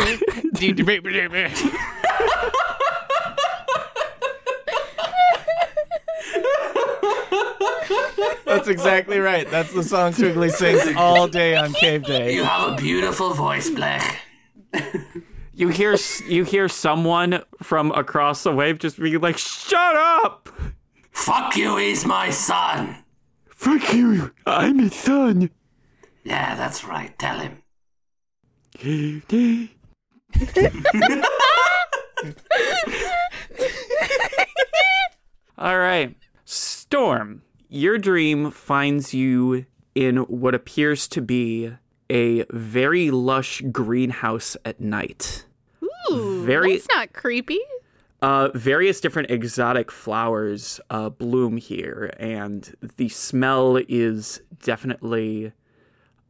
[SPEAKER 2] That's exactly right. That's the song Twiggly sings all day on cave day.
[SPEAKER 3] you have a beautiful voice, Black.
[SPEAKER 1] You hear you hear someone from across the wave just be like, "Shut up!"
[SPEAKER 3] Fuck you is my son.
[SPEAKER 7] Fuck you! I'm his son!
[SPEAKER 3] Yeah, that's right. Tell him.
[SPEAKER 7] Cave Day!
[SPEAKER 1] All right, Storm, your dream finds you in what appears to be a very lush greenhouse at night.
[SPEAKER 4] Ooh,
[SPEAKER 1] Very-
[SPEAKER 4] that's not creepy.
[SPEAKER 1] Uh, various different exotic flowers uh, bloom here, and the smell is definitely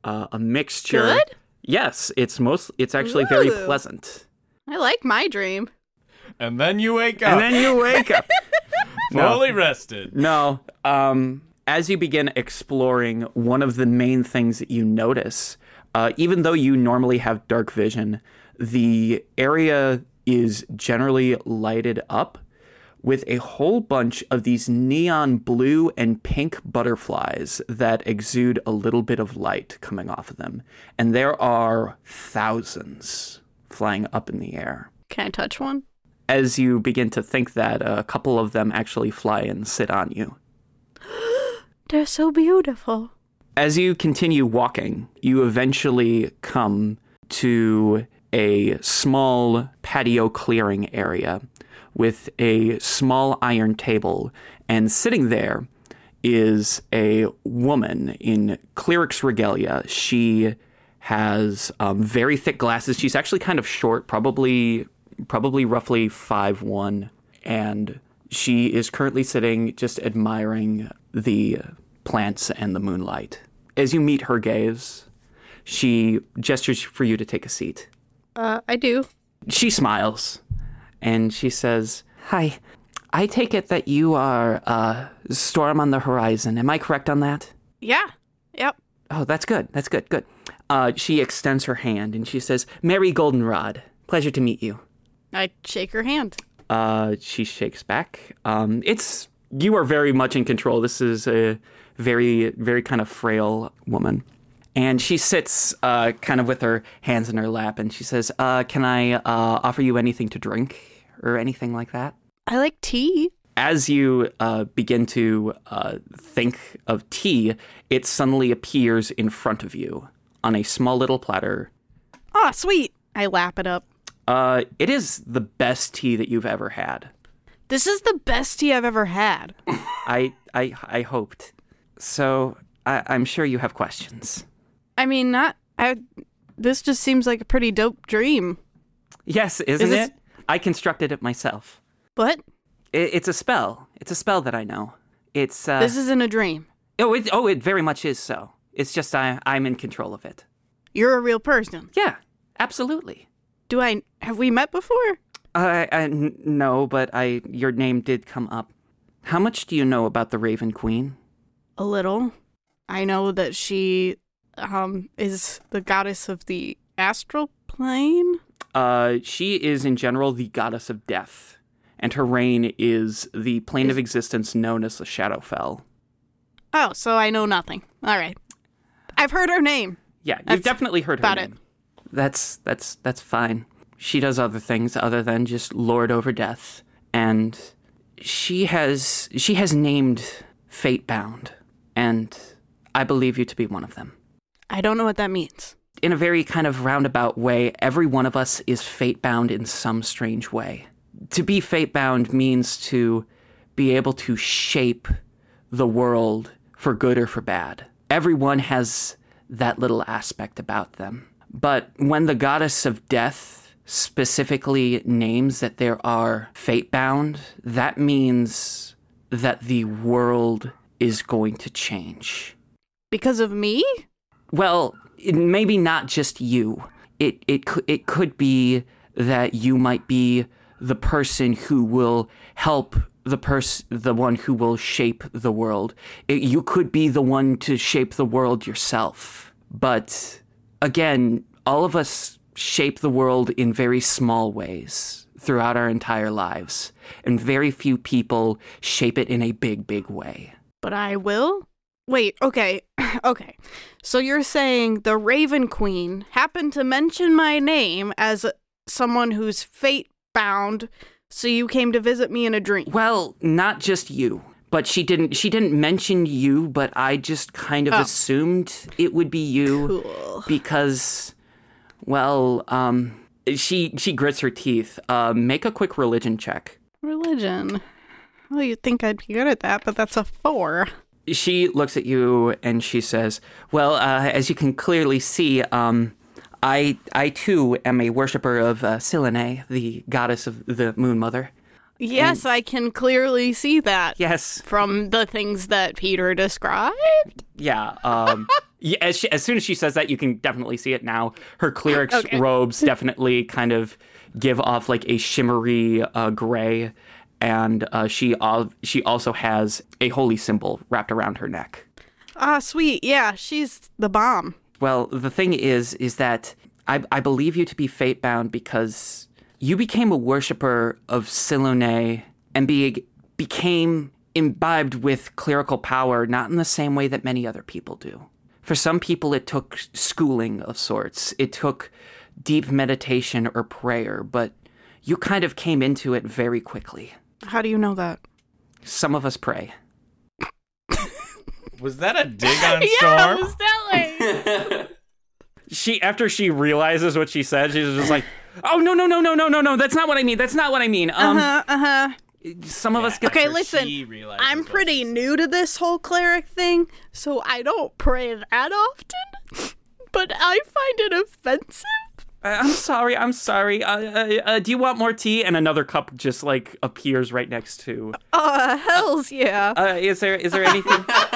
[SPEAKER 1] uh, a mixture.
[SPEAKER 4] Good?
[SPEAKER 1] Yes, it's most. It's actually very
[SPEAKER 4] Ooh.
[SPEAKER 1] pleasant.
[SPEAKER 4] I like my dream.
[SPEAKER 2] And then you wake
[SPEAKER 1] And
[SPEAKER 2] up
[SPEAKER 1] then you wake up.
[SPEAKER 2] fully rested.
[SPEAKER 1] No. Um, as you begin exploring, one of the main things that you notice, uh, even though you normally have dark vision, the area is generally lighted up with a whole bunch of these neon blue and pink butterflies that exude a little bit of light coming off of them. And there are thousands flying up in the air
[SPEAKER 4] Can I touch one?
[SPEAKER 1] as you begin to think that, a couple of them actually fly and sit on you.
[SPEAKER 4] They're so beautiful.
[SPEAKER 1] As you continue walking, you eventually come to a small patio clearing area with a small iron table, and sitting there is a woman in cleric's regalia. She has um, very thick glasses. She's actually kind of short, probably probably roughly five one, and she is currently sitting just admiring the plants and the moonlight. As you meet her gaze, she gestures for you to take a seat.
[SPEAKER 4] Uh, I do.
[SPEAKER 1] She smiles and she says, Hi, I take it that you are uh, Storm on the Horizon. Am I correct on that?
[SPEAKER 4] Yeah. Yep.
[SPEAKER 1] Oh, that's good. That's good. Good. Uh, she extends her hand and she says, Mary Goldenrod, pleasure to meet you.
[SPEAKER 4] I shake her hand.
[SPEAKER 1] Uh, she shakes back. Um, it's you are very much in control. This is a very, very kind of frail woman, and she sits uh, kind of with her hands in her lap, and she says, uh, "Can I uh, offer you anything to drink or anything like that?"
[SPEAKER 4] I like tea.
[SPEAKER 1] as you uh, begin to uh, think of tea, it suddenly appears in front of you on a small little platter.
[SPEAKER 4] Oh, sweet. I lap it up.
[SPEAKER 1] Uh, it is the best tea that you've ever had.
[SPEAKER 4] This is the best tea I've ever had.
[SPEAKER 1] I I, I hoped. So I, I'm sure you have questions.
[SPEAKER 4] I mean, not. I. This just seems like a pretty dope dream.
[SPEAKER 1] Yes, isn't
[SPEAKER 4] this-
[SPEAKER 1] it? I constructed it myself.
[SPEAKER 4] What?
[SPEAKER 1] It, it's a spell. It's a spell that I know. It's uh,
[SPEAKER 4] this isn't a dream.
[SPEAKER 1] oh it oh it very much is so. It's just I I'm in control of it.
[SPEAKER 4] You're a real person.
[SPEAKER 1] Yeah, absolutely.
[SPEAKER 4] Do I have we met before?
[SPEAKER 1] Uh, I, n- no, but I your name did come up. How much do you know about the Raven Queen?
[SPEAKER 4] A little. I know that she um is the goddess of the astral plane.
[SPEAKER 1] Uh, she is in general the goddess of death, and her reign is the plane of existence known as the Shadowfell.
[SPEAKER 4] Oh, so I know nothing. All right. I've heard her name.
[SPEAKER 1] Yeah, you've
[SPEAKER 4] That's
[SPEAKER 1] definitely heard her
[SPEAKER 4] about
[SPEAKER 1] name. That's that's that's fine. She does other things other than just lord over death, and she has she has named Fatebound, and I believe you to be one of them.
[SPEAKER 4] I don't know what that means.
[SPEAKER 1] in a very kind of roundabout way, every one of us is fate bound in some strange way. To be fate bound means to be able to shape the world for good or for bad. Everyone has that little aspect about them. But when the goddess of death specifically names that there are fate bound, that means that the world is going to change.
[SPEAKER 4] Because of me?
[SPEAKER 1] Well, it- maybe not just you. It it cou- it could be that you might be the person who will help the person, the one who will shape the world. It- you could be the one to shape the world yourself. But again, all of us shape the world in very small ways throughout our entire lives, and very few people shape it in a big, big way.
[SPEAKER 4] But I will? Wait, okay. okay. So you're saying the Raven Queen happened to mention my name as someone who's fate bound, so you came to visit me in a dream.
[SPEAKER 1] Well, not just you, but she didn't. She didn't mention you, but I just kind of
[SPEAKER 4] Oh.
[SPEAKER 1] assumed it would be you
[SPEAKER 4] Cool.
[SPEAKER 1] because, well, um, she she grits her teeth. Uh, make a quick religion check.
[SPEAKER 4] Religion. Well, you'd think I'd be good at that, but that's a four.
[SPEAKER 1] She looks at you and she says, "Well, uh, as you can clearly see, um." I, I too am a worshiper of uh, Silene, the goddess of the Moon Mother.
[SPEAKER 4] Yes, I can clearly see that
[SPEAKER 1] Yes,
[SPEAKER 4] from the things that Peter described.
[SPEAKER 1] Yeah. Um, yeah as, she, as soon as she says that, you can definitely see it now. Her cleric's robes definitely kind of give off like a shimmery uh, gray, and uh, she al- she also has a holy symbol wrapped around her neck.
[SPEAKER 4] Ah, sweet. Yeah, she's the bomb.
[SPEAKER 1] Well, the thing is, is that I, I believe you to be fate bound because you became a worshiper of Silone and be, became imbibed with clerical power, not in the same way that many other people do. For some people, it took schooling of sorts, it took deep meditation or prayer, but you kind of came into it very quickly.
[SPEAKER 4] How do you know that?
[SPEAKER 1] Some of us pray.
[SPEAKER 2] Was that a dig on
[SPEAKER 4] Yeah, was that like
[SPEAKER 1] she after she realizes what she said, she's just like, "Oh no, no, no, no, no, no, no! That's not what I mean. That's not what I mean." Um,
[SPEAKER 4] Uh huh.
[SPEAKER 1] some of us get
[SPEAKER 4] Okay, listen. I'm pretty new to this whole cleric thing, so I don't pray that often, but I find it offensive.
[SPEAKER 1] I- I'm sorry. I'm sorry. Uh, uh, uh, do you want more tea? And another cup just like appears right next to.
[SPEAKER 4] Uh, hells yeah.
[SPEAKER 1] Uh, is there is there anything?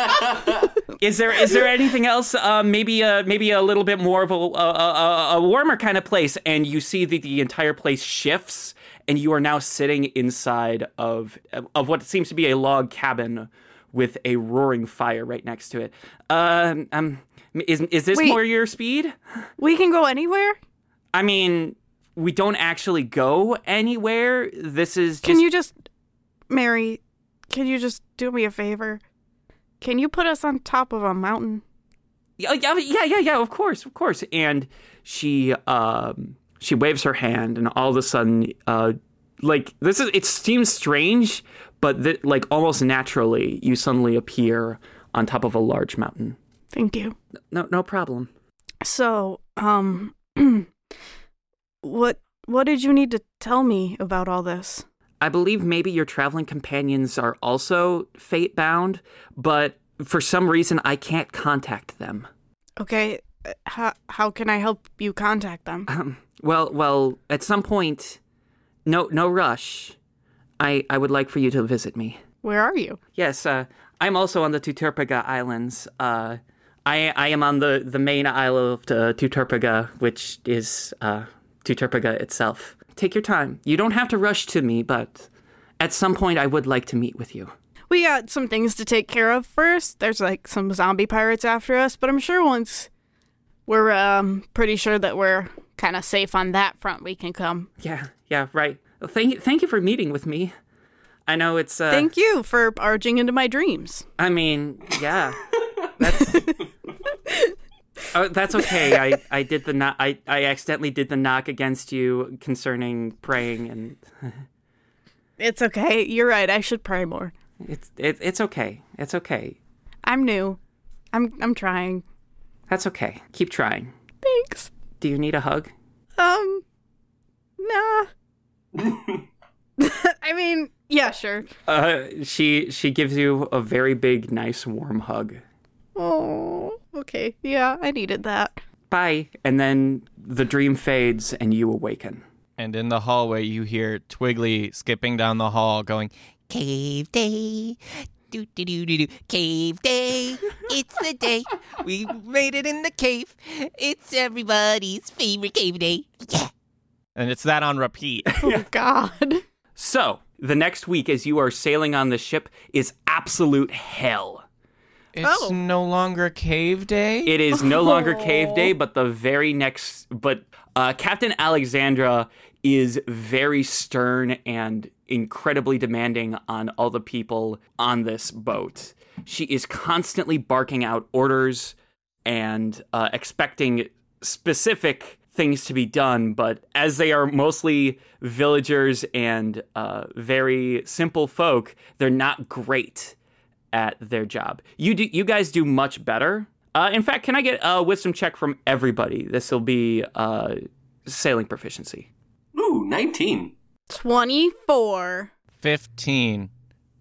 [SPEAKER 1] is there is there anything else? Uh, maybe uh, maybe a little bit more of a, a, a, a warmer kind of place. And you see that the entire place shifts, and you are now sitting inside of of what seems to be a log cabin with a roaring fire right next to it. Um, um is is this
[SPEAKER 4] Wait.
[SPEAKER 1] more your speed?
[SPEAKER 4] we can go anywhere?
[SPEAKER 1] I mean, we don't actually go anywhere. This is just
[SPEAKER 4] Can you just, Mary, can you just do me a favor? Can you put us on top of a mountain?
[SPEAKER 1] yeah, yeah, yeah, yeah, yeah, of course, of course. And she um, she waves her hand, and all of a sudden, uh, like this is it seems strange, but th- like almost naturally, you suddenly appear on top of a large mountain.
[SPEAKER 4] Thank you.
[SPEAKER 1] No, no problem.
[SPEAKER 4] So, um, what what did you need to tell me about all this?
[SPEAKER 1] I believe maybe your traveling companions are also fate bound, but for some reason, I can't contact them.
[SPEAKER 4] Okay, uh, how how can I help you contact them?
[SPEAKER 1] Um, well, well, at some point, no, no rush. I, I would like for you to visit me.
[SPEAKER 4] Where are you?
[SPEAKER 1] Yes, uh, I'm also on the Tuturpaga Islands. Uh, I, I am on the, the main isle of uh, Tuturpaga, which is uh, Tuturpaga itself. Take your time. You don't have to rush to me, but at some point, I would like to meet with you.
[SPEAKER 4] We got some things to take care of first. There's like some zombie pirates after us, but I'm sure once we're um pretty sure that we're kind of safe on that front, we can come.
[SPEAKER 1] Yeah, yeah, right. Well, thank you, thank you for meeting with me. I know it's. Uh,
[SPEAKER 4] Thank you for barging into my dreams.
[SPEAKER 1] I mean, yeah. That's Oh, that's okay. I, I did the knock. I, I accidentally did the knock against you concerning praying, and
[SPEAKER 4] It's okay. You're right. I should pray more.
[SPEAKER 1] it's it, it's okay. It's okay.
[SPEAKER 4] I'm new. I'm I'm trying.
[SPEAKER 1] That's okay. Keep trying.
[SPEAKER 4] Thanks.
[SPEAKER 1] Do you need a hug?
[SPEAKER 4] Um, nah. I mean, yeah, sure.
[SPEAKER 1] Uh, she she gives you a very big, nice, warm hug.
[SPEAKER 4] Oh, okay. Yeah, I needed that.
[SPEAKER 1] Bye. And then the dream fades, and you awaken.
[SPEAKER 2] And in the hallway, you hear Twiggly skipping down the hall, going,
[SPEAKER 5] Cave day. Do, do, do, do, do. Cave day. It's the day. We made it in the cave. It's everybody's favorite cave day. Yeah.
[SPEAKER 2] and it's that on repeat.
[SPEAKER 4] Oh God.
[SPEAKER 1] So, the next week, as you are sailing on the ship, is absolute hell.
[SPEAKER 2] It's
[SPEAKER 4] Oh.
[SPEAKER 2] no longer cave day.
[SPEAKER 1] It is no longer cave day, but the very next, but uh, Captain Alexandra is very stern and incredibly demanding on all the people on this boat. She is constantly barking out orders and uh, expecting specific things to be done, but as they are mostly villagers and uh, very simple folk, they're not great at their job. You do, you guys do much better. Uh, in fact, can I get a wisdom check from everybody? This will be uh, sailing proficiency.
[SPEAKER 3] Ooh, 19.
[SPEAKER 4] Twenty-four.
[SPEAKER 2] 15.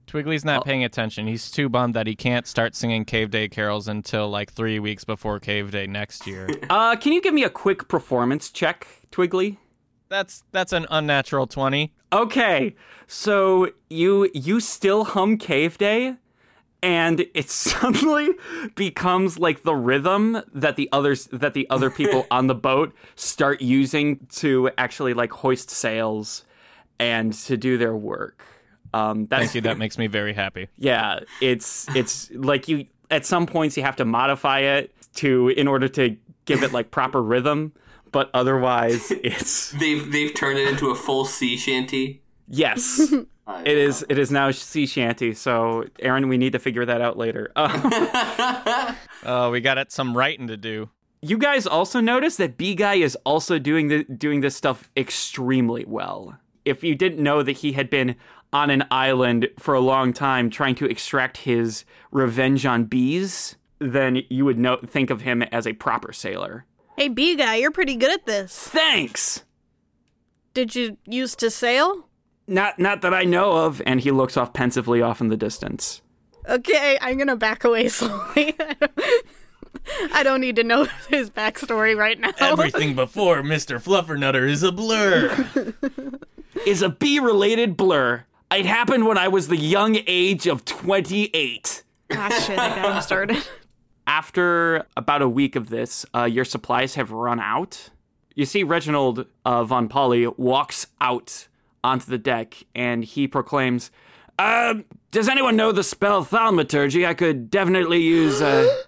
[SPEAKER 2] Twiggly's not paying attention. He's too bummed that he can't start singing Cave Day carols until like three weeks before Cave Day next year.
[SPEAKER 1] Uh, can you give me a quick performance check, Twiggly?
[SPEAKER 2] that's that's an unnatural 20.
[SPEAKER 1] Okay, so you you still hum Cave Day, and it suddenly becomes like the rhythm that the others that the other people on the boat start using to actually like hoist sails and to do their work. Um, that's
[SPEAKER 2] Thank you. That makes me very happy.
[SPEAKER 1] yeah it's it's like you at some points you have to modify it to in order to give it like proper rhythm but otherwise it's
[SPEAKER 3] They've they've turned it into a full sea shanty.
[SPEAKER 1] yes it is it is now sea shanty so aaron we need to figure that out later Uh,
[SPEAKER 2] Oh, we got it. Some writing to do.
[SPEAKER 1] you guys also notice that b guy is also doing the doing this stuff extremely well if you didn't know that he had been on an island for a long time trying to extract his revenge on bees then you would know think of him as a proper sailor
[SPEAKER 4] Hey, B guy, you're pretty good at this.
[SPEAKER 1] Thanks.
[SPEAKER 4] Did you used to sail?
[SPEAKER 1] Not not that I know of. And he looks off pensively off in the distance.
[SPEAKER 4] Okay, I'm gonna back away slowly. I don't need to know his backstory right now.
[SPEAKER 2] Everything before Mr. Fluffernutter is a blur.
[SPEAKER 1] Is a bee related blur. It happened when I was the young age of 28.
[SPEAKER 4] Ah, shit, I got him started.
[SPEAKER 1] after about a week of this, uh, your supplies have run out. You see, Reginald uh, von Pauli walks out onto the deck and he proclaims, um, Does anyone know the spell Thaumaturgy? I could definitely use. Uh...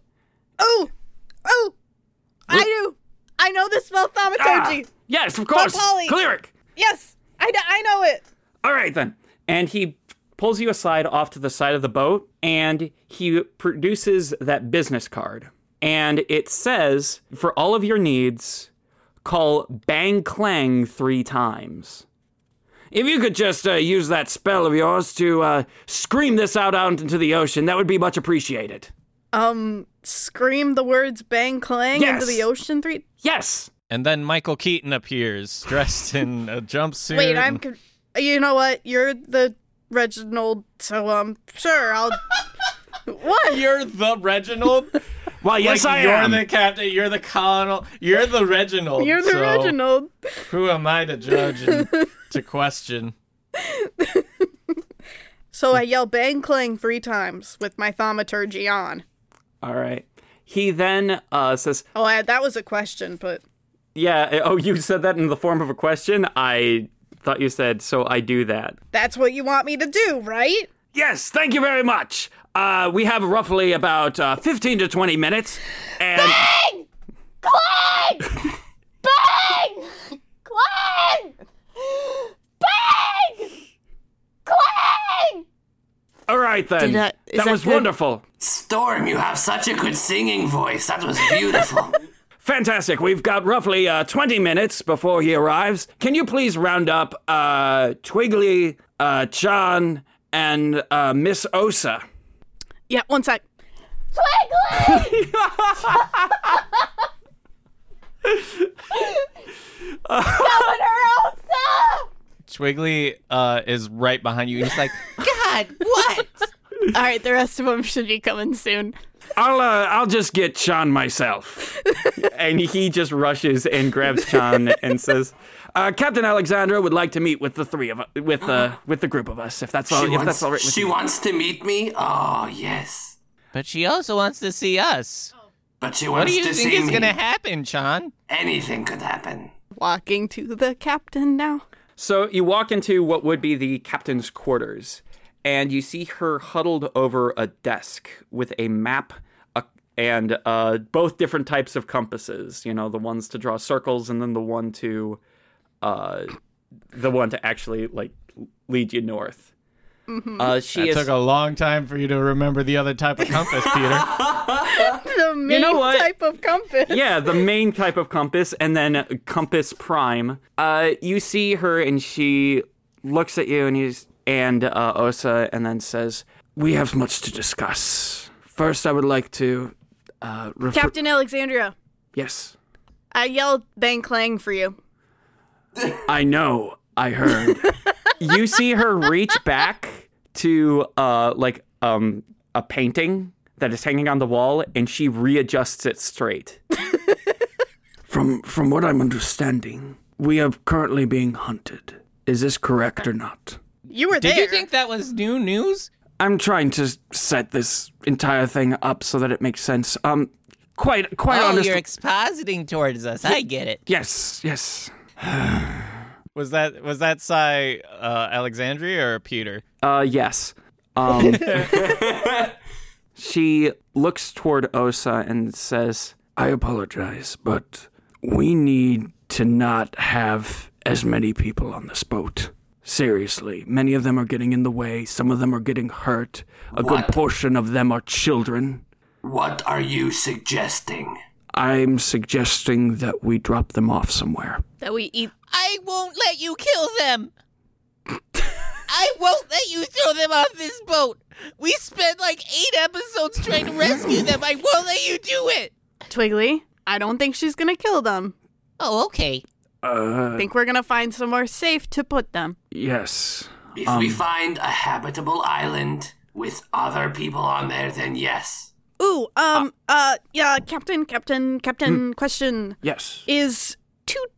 [SPEAKER 4] Oh, oh, I do. I know the spell thaumaturgy.
[SPEAKER 1] Ah, yes, of course.
[SPEAKER 4] Pauli!
[SPEAKER 1] Cleric.
[SPEAKER 4] Yes, I, kn- I know it.
[SPEAKER 1] All right, then. And he pulls you aside off to the side of the boat and he produces that business card. And it says, for all of your needs, call Bang Clang three times. If you could just uh, use that spell of yours to uh, scream this out, out into the ocean, that would be much appreciated.
[SPEAKER 4] Um, scream the words bang clang
[SPEAKER 1] Yes.
[SPEAKER 4] into the ocean three.
[SPEAKER 1] Yes.
[SPEAKER 2] and then Michael Keaton appears, dressed in a jumpsuit.
[SPEAKER 4] Wait, I'm.
[SPEAKER 2] and-
[SPEAKER 4] Con- you know what? You're the Reginald, so um, sure, I'll. what?
[SPEAKER 2] You're the Reginald.
[SPEAKER 1] Well, yes,
[SPEAKER 2] like,
[SPEAKER 1] I
[SPEAKER 2] you're
[SPEAKER 1] am.
[SPEAKER 2] the captain. You're the colonel. You're the Reginald.
[SPEAKER 4] You're the
[SPEAKER 2] so
[SPEAKER 4] Reginald.
[SPEAKER 2] Who am I to judge and to question?
[SPEAKER 4] So I yell bang clang three times with my thaumaturgy on.
[SPEAKER 1] All right. He then uh, says,
[SPEAKER 4] Oh, I, that was a question, but
[SPEAKER 1] Yeah, oh, you said that in the form of a question? I thought you said, so I do that.
[SPEAKER 4] that's what you want me to do, right?
[SPEAKER 1] Yes, thank you very much. Uh, we have roughly about uh, 15 to 20 minutes. And
[SPEAKER 8] Clang! Bang! Clang! Bang! Clang!
[SPEAKER 1] all right then.
[SPEAKER 4] Did I- is
[SPEAKER 1] that,
[SPEAKER 4] that
[SPEAKER 1] was
[SPEAKER 4] good?
[SPEAKER 1] wonderful.
[SPEAKER 3] Storm, you have such a good singing voice. That was beautiful.
[SPEAKER 1] Fantastic. We've got roughly uh, 20 minutes before he arrives. Can you please round up uh, Twiggly, uh, Chan, and uh, Miss Osa?
[SPEAKER 4] Yeah, one sec.
[SPEAKER 8] Twiggly! Governor
[SPEAKER 2] Twiggly uh, is right behind you. He's like,
[SPEAKER 5] God, what?
[SPEAKER 4] All right, the rest of them should be coming soon.
[SPEAKER 1] I'll uh, I'll just get Chan myself. and he just rushes and grabs Chan and says, uh, "Captain Alexandra would like to meet with the three of u- with the with the group of us if that's all
[SPEAKER 5] Oh,
[SPEAKER 1] if
[SPEAKER 3] She wants,
[SPEAKER 1] that's all right with
[SPEAKER 3] she
[SPEAKER 1] you."
[SPEAKER 3] wants to meet me? Oh, yes.
[SPEAKER 5] But she also wants to see us.
[SPEAKER 3] But she
[SPEAKER 5] What
[SPEAKER 3] wants
[SPEAKER 5] do you
[SPEAKER 3] to
[SPEAKER 5] think
[SPEAKER 3] see
[SPEAKER 5] is
[SPEAKER 3] me.
[SPEAKER 5] gonna happen, Sean?
[SPEAKER 3] Anything could happen.
[SPEAKER 4] Walking to the captain now.
[SPEAKER 1] So you walk into what would be the captain's quarters, and you see her huddled over a desk with a map a, and uh, both different types of compasses. You know, the ones to draw circles, and then the one to, uh, the one to actually like lead you north. Uh, she
[SPEAKER 2] it
[SPEAKER 1] is.
[SPEAKER 2] took a long time for you to remember the other type of compass, Peter.
[SPEAKER 4] The main
[SPEAKER 1] know what?
[SPEAKER 4] type of compass.
[SPEAKER 1] yeah, the main type of compass, and then compass prime. Uh, you see her, and she looks at you, and he's and uh, Osa, and then says, "We have much to discuss. First, I would like to, uh, refer-
[SPEAKER 4] Captain Alexandria,
[SPEAKER 1] Yes,
[SPEAKER 4] I yelled bang clang for you.
[SPEAKER 1] I know. I heard. you see her reach back to uh, like um a painting that is hanging on the wall, and she readjusts it straight.
[SPEAKER 6] From from what I'm understanding, we are currently being hunted. Is this correct or not?
[SPEAKER 4] You were
[SPEAKER 5] Did
[SPEAKER 4] there.
[SPEAKER 5] you think that was new news?
[SPEAKER 6] I'm trying to set this entire thing up so that it makes sense. Um, quite quite
[SPEAKER 5] Oh,
[SPEAKER 6] honestly.
[SPEAKER 5] you're expositing towards us. I get it.
[SPEAKER 6] yes, yes.
[SPEAKER 2] Was that was that Cy uh, Alexandria or Peter?
[SPEAKER 1] Uh, yes. Um, she looks toward Osa and says,
[SPEAKER 6] I apologize, but we need to not have as many people on this boat. Seriously, many of them are getting in the way. Some of them are getting hurt. A
[SPEAKER 3] What?
[SPEAKER 6] good portion of them are children.
[SPEAKER 3] What are you suggesting?
[SPEAKER 6] I'm suggesting that we drop them off somewhere.
[SPEAKER 4] that we eat?
[SPEAKER 5] I won't let you kill them. I won't let you throw them off this boat. We spent like eight episodes trying to rescue them. I won't let you do it.
[SPEAKER 4] Twiggly, I don't think she's gonna kill them.
[SPEAKER 5] Oh, okay.
[SPEAKER 4] I
[SPEAKER 6] Uh,
[SPEAKER 4] think we're gonna find somewhere safe to put them.
[SPEAKER 6] yes.
[SPEAKER 3] If
[SPEAKER 5] Um.
[SPEAKER 3] we find a habitable island with other people on there, then yes.
[SPEAKER 4] Ooh, um, uh, yeah, Captain, Captain, Captain. Question:
[SPEAKER 6] Yes.
[SPEAKER 4] Is Tut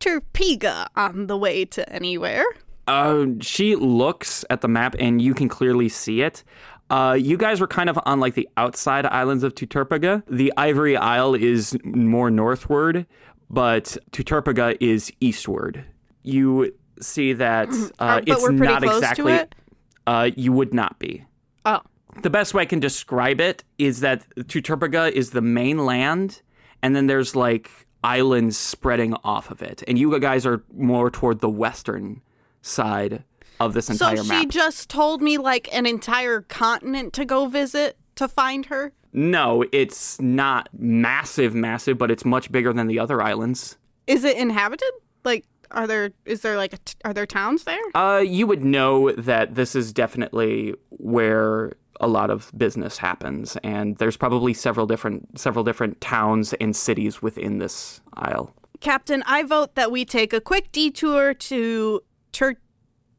[SPEAKER 4] Tuterpiga on the way to anywhere?
[SPEAKER 1] Uh, she looks at the map and you can clearly see it. Uh, you guys were kind of on like the outside islands of Tuturpaga. The Ivory Isle is more northward, but Tuturpaga is eastward. You see that
[SPEAKER 4] Uh,
[SPEAKER 1] uh,
[SPEAKER 4] but
[SPEAKER 1] it's
[SPEAKER 4] we're pretty
[SPEAKER 1] not
[SPEAKER 4] close
[SPEAKER 1] exactly.
[SPEAKER 4] to it.
[SPEAKER 1] Uh, you would not be.
[SPEAKER 4] Oh,
[SPEAKER 1] The best way I can describe it is that Tuturpaga is the mainland, and then there's like islands spreading off of it. And you guys are more toward the western side of this
[SPEAKER 4] so
[SPEAKER 1] entire
[SPEAKER 4] she
[SPEAKER 1] map.
[SPEAKER 4] just told me like an entire continent to go visit to find her.
[SPEAKER 1] No, it's not massive, massive, but it's much bigger than the other islands.
[SPEAKER 4] Is it inhabited? Like, are there is there like a t- are there towns there?
[SPEAKER 1] Uh, you would know that this is definitely where a lot of business happens, and there's probably several different several different towns and cities within this isle.
[SPEAKER 4] Captain, I vote that we take a quick detour to Tur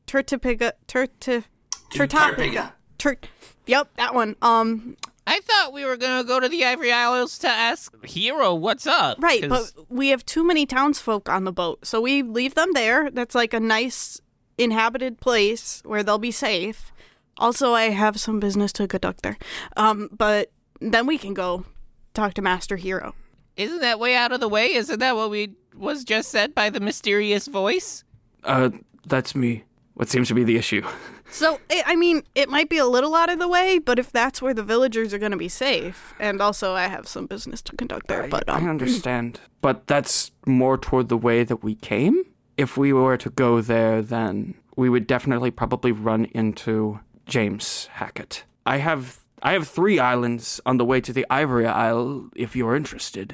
[SPEAKER 4] Turtipiga Turti Turtopiga.
[SPEAKER 3] Turpiga.
[SPEAKER 4] Tur Yep, that one. Um
[SPEAKER 5] I thought we were gonna go to the Ivory Isles to ask Hero what's up.
[SPEAKER 4] right,
[SPEAKER 5] 'cause-
[SPEAKER 4] but we have too many townsfolk on the boat. So we leave them there. That's like a nice inhabited place where they'll be safe. Also I have some business to conduct there. Um but then we can go talk to Master Hero.
[SPEAKER 5] isn't that way out of the way? Isn't that what we was just said by the mysterious voice?
[SPEAKER 6] Uh, that's me. What seems to be the issue?
[SPEAKER 4] So, I I mean, it might be a little out of the way, but if that's where the villagers are going to be safe, and also I have some business to conduct there, but
[SPEAKER 6] I
[SPEAKER 4] um,
[SPEAKER 6] understand, but that's more toward the way that we came. If we were to go there, then we would definitely probably run into James Hackett. I have I have three islands on the way to the Ivory Isle. If you're interested,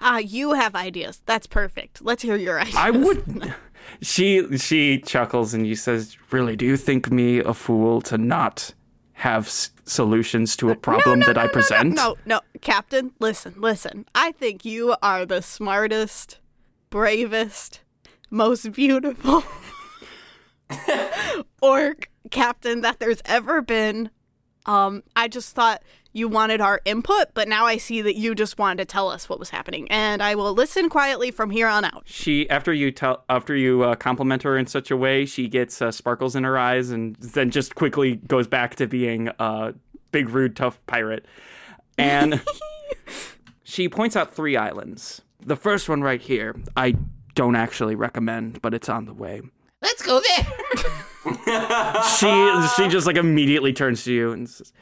[SPEAKER 4] ah, you have ideas. That's perfect. Let's hear your ideas.
[SPEAKER 6] I would.
[SPEAKER 1] She she chuckles and she says,
[SPEAKER 6] really, do you think me a fool to not have s- solutions to a problem that I present?
[SPEAKER 4] No, no, Captain, listen, listen. I think you are the smartest, bravest, most beautiful orc captain that there's ever been. Um, I just thought you wanted our input, but now I see that you just wanted to tell us what was happening, and I will listen quietly from here on out.
[SPEAKER 1] she after you tell after you uh, compliment her in such a way she gets uh, sparkles in her eyes and then just quickly goes back to being a big rude tough pirate and she points out three islands
[SPEAKER 6] The first one right here, I don't actually recommend, but it's on the way.
[SPEAKER 5] Let's go there.
[SPEAKER 1] she she just like immediately turns to you and says,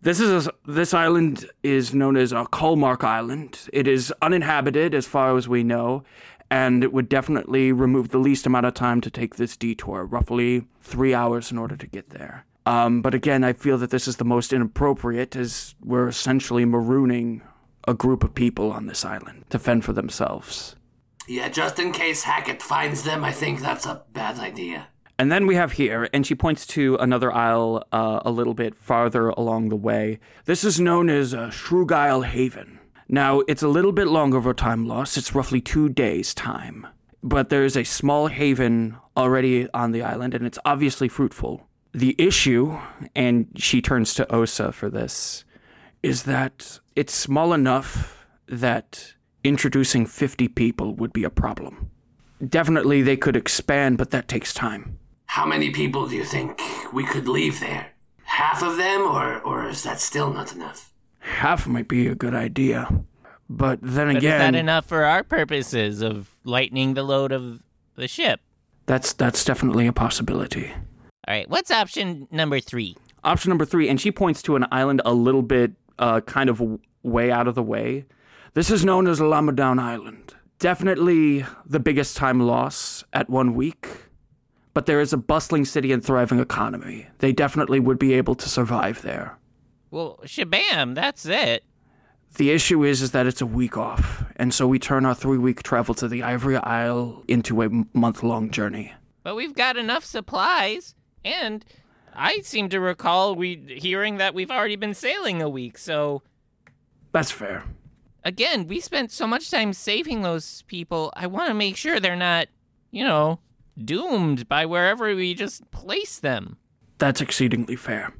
[SPEAKER 6] This is a, this island is known as a Colmark Island. It is uninhabited as far as we know, and it would definitely remove the least amount of time to take this detour, roughly three hours in order to get there. Um, but again, I feel that this is the most inappropriate, as we're essentially marooning a group of people on this island to fend for themselves.
[SPEAKER 3] Yeah, just in case Hackett finds them, I think that's a bad idea.
[SPEAKER 1] And then we have here, and she points to another aisle uh, a little bit farther along the way.
[SPEAKER 6] This is known as uh, Shrugile Haven. Now, it's a little bit longer of a time loss. It's roughly two days' time. But there is a small haven already on the island, and it's obviously fruitful. The issue, and she turns to Osa for this, is that it's small enough that introducing 50 people would be a problem. Definitely they could expand, but that takes time.
[SPEAKER 3] How many people do you think we could leave there? Half of them, or, or is that still not enough?
[SPEAKER 6] Half might be a good idea. But then
[SPEAKER 5] But
[SPEAKER 6] again.
[SPEAKER 5] is that enough for our purposes of lightening the load of the ship?
[SPEAKER 6] That's that's definitely a possibility.
[SPEAKER 5] All right, what's option number three?
[SPEAKER 1] Option number three, and she points to an island a little bit uh, kind of w- way out of the way.
[SPEAKER 6] This is known as Lamadown Island. Definitely the biggest time loss at one week, but there is a bustling city and thriving economy. They definitely would be able to survive there.
[SPEAKER 5] Well, shabam, that's it.
[SPEAKER 6] The issue is is that it's a week off, and so we turn our three week travel to the Ivory Isle into a month long journey.
[SPEAKER 5] But we've got enough supplies, and I seem to recall we hearing that we've already been sailing a week. So
[SPEAKER 6] That's fair.
[SPEAKER 5] again, we spent so much time saving those people. I want to make sure they're not, you know, doomed by wherever we just place them.
[SPEAKER 1] That's exceedingly fair.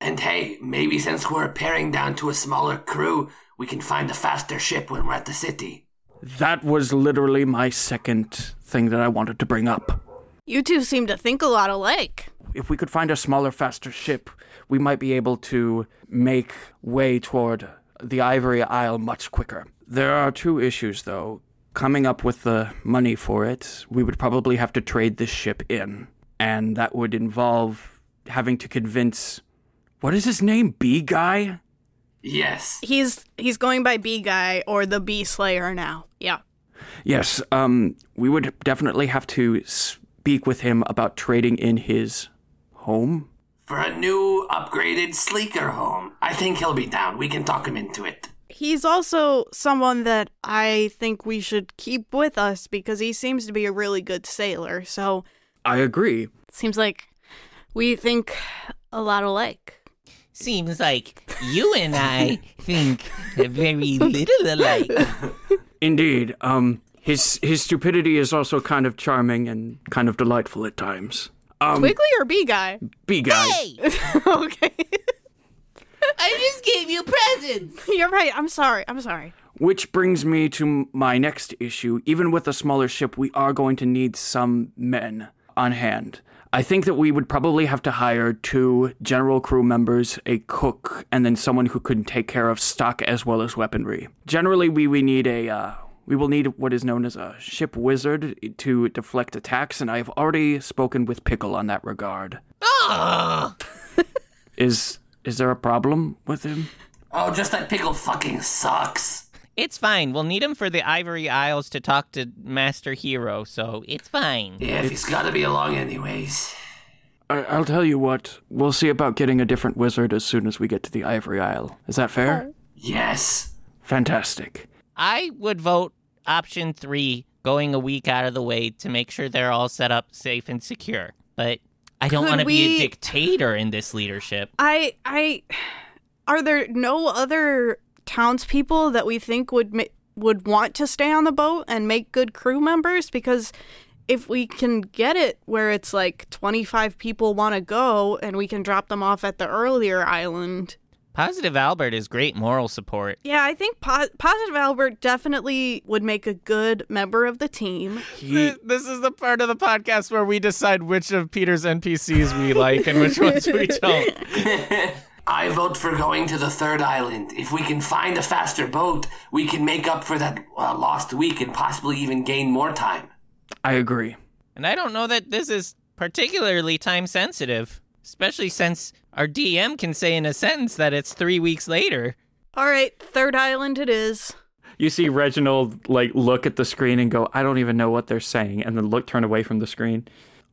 [SPEAKER 3] And hey, maybe since we're paring down to a smaller crew, we can find a faster ship when we're at the city.
[SPEAKER 1] That was literally my second thing that I wanted to bring up.
[SPEAKER 4] You two seem to think a lot alike.
[SPEAKER 1] If we could find a smaller, faster ship, we might be able to make way toward the Ivory Isle much quicker. There are two issues, though. Coming up with the money for it, we would probably have to trade this ship in, and that would involve having to convince. What is his name? B guy?
[SPEAKER 3] Yes.
[SPEAKER 4] He's he's going by B guy or the B Slayer now. Yeah.
[SPEAKER 1] Yes, um, we would definitely have to speak with him about trading in his home.
[SPEAKER 3] For a new, upgraded, sleeker home. I think he'll be down. We can talk him into it.
[SPEAKER 4] He's also someone that I think we should keep with us because he seems to be a really good sailor. So
[SPEAKER 1] I agree.
[SPEAKER 4] seems like we think a lot alike.
[SPEAKER 5] Seems like you and I think very little alike.
[SPEAKER 1] Indeed. Um, his his stupidity is also kind of charming and kind of delightful at times. Um,
[SPEAKER 4] Wiggly or B guy?
[SPEAKER 1] B guy.
[SPEAKER 5] Hey,
[SPEAKER 4] okay.
[SPEAKER 5] I just gave you presents.
[SPEAKER 4] You're right. I'm sorry. I'm sorry.
[SPEAKER 1] Which brings me to m- my next issue. Even with a smaller ship, we are going to need some men on hand. I think that we would probably have to hire two general crew members, a cook, and then someone who could take care of stock as well as weaponry. Generally, we, we need a uh, we will need what is known as a ship wizard to deflect attacks, and I have already spoken with Pickle on that regard.
[SPEAKER 5] Oh,
[SPEAKER 1] Is is there a problem with him?
[SPEAKER 3] Oh, just that pickle fucking sucks.
[SPEAKER 5] it's fine. We'll need him for the Ivory Isles to talk to Master Hero, so it's fine.
[SPEAKER 3] Yeah, if he's gotta be along anyways.
[SPEAKER 1] I, I'll tell you what. We'll see about getting a different wizard as soon as we get to the Ivory Isle. Is that fair?
[SPEAKER 3] Yes.
[SPEAKER 1] Fantastic.
[SPEAKER 5] I would vote option three, going a week out of the way to make sure they're all set up safe and secure. But I don't
[SPEAKER 4] Could
[SPEAKER 5] want to be
[SPEAKER 4] we-
[SPEAKER 5] a dictator in this leadership.
[SPEAKER 4] I I are there no other townspeople that we think would ma- would want to stay on the boat and make good crew members because if we can get it where it's like 25 people want to go and we can drop them off at the earlier island.
[SPEAKER 5] Positive Albert is great moral support.
[SPEAKER 4] Yeah, I think po- Positive Albert definitely would make a good member of the team.
[SPEAKER 9] Th- this is the part of the podcast where we decide which of Peter's NPCs we like and which ones we don't.
[SPEAKER 3] I vote for going to the third island. If we can find a faster boat, we can make up for that uh, lost week and possibly even gain more time.
[SPEAKER 1] I agree.
[SPEAKER 5] And I don't know that this is particularly time sensitive, especially since our DM can say in a sentence that it's three weeks later.
[SPEAKER 4] All right, third island it is.
[SPEAKER 10] You see Reginald like look at the screen and go, "I don't even know what they're saying," and then look turn away from the screen.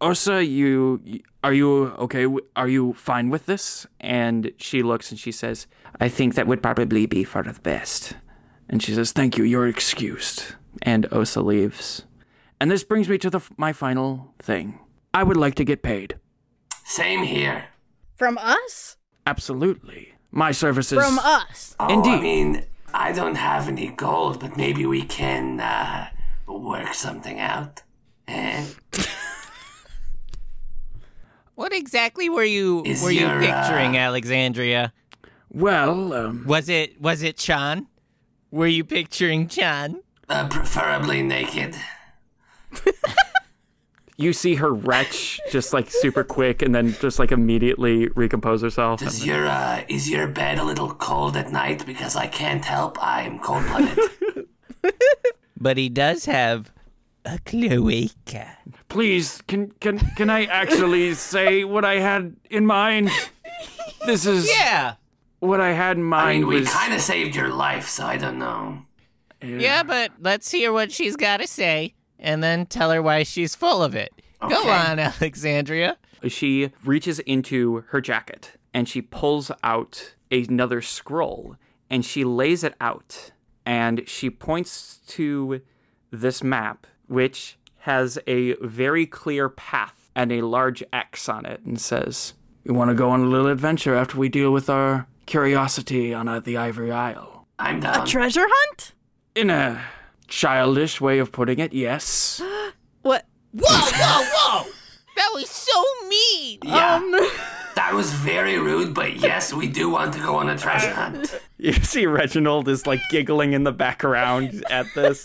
[SPEAKER 1] Ursa, you y- are you okay? w- Are you fine with this? And she looks and she says, "I think that would probably be for the best." And she says, "Thank you. You're excused." And Osa leaves. And this brings me to the f- my final thing. I would like to get paid.
[SPEAKER 3] Same here.
[SPEAKER 4] From us?
[SPEAKER 1] Absolutely. My services.
[SPEAKER 4] From uh, us.
[SPEAKER 3] Oh, I
[SPEAKER 1] Indeed.
[SPEAKER 3] mean, I don't have any gold, but maybe we can uh, work something out. Eh?
[SPEAKER 5] What exactly were you
[SPEAKER 3] Is
[SPEAKER 5] were you
[SPEAKER 3] your, uh,
[SPEAKER 5] picturing, Alexandria?
[SPEAKER 1] well, um,
[SPEAKER 5] Was it was it Chan? Were you picturing Chan?
[SPEAKER 3] Uh, preferably naked.
[SPEAKER 10] You see her retch just like super quick and then just like immediately recompose herself.
[SPEAKER 3] Does your uh, is your bed a little cold at night? Because I can't help, I'm cold blooded.
[SPEAKER 5] But he does have a cloaca.
[SPEAKER 1] please, can can can I actually say what I had in mind? This is
[SPEAKER 5] Yeah.
[SPEAKER 1] what I had in
[SPEAKER 3] I
[SPEAKER 1] mind
[SPEAKER 3] mean, we
[SPEAKER 1] was
[SPEAKER 3] kind of saved your life, so I don't know.
[SPEAKER 5] Yeah, but let's hear what she's got to say and then tell her why she's full of it. Go
[SPEAKER 3] Okay.
[SPEAKER 5] on, Alexandria.
[SPEAKER 10] She reaches into her jacket and she pulls out another scroll and she lays it out and she points to this map, which has a very clear path and a large X on it, and says,
[SPEAKER 1] We want to go on a little adventure after we deal with our curiosity on uh, the Ivory Isle.
[SPEAKER 3] I'm down.
[SPEAKER 4] Treasure hunt?
[SPEAKER 1] In a childish way of putting it, yes.
[SPEAKER 4] What?
[SPEAKER 5] That was so mean.
[SPEAKER 3] yeah.
[SPEAKER 4] Um.
[SPEAKER 3] that was very rude, but yes, we do want to go on a treasure hunt.
[SPEAKER 1] You see Reginald is like giggling in the background at this.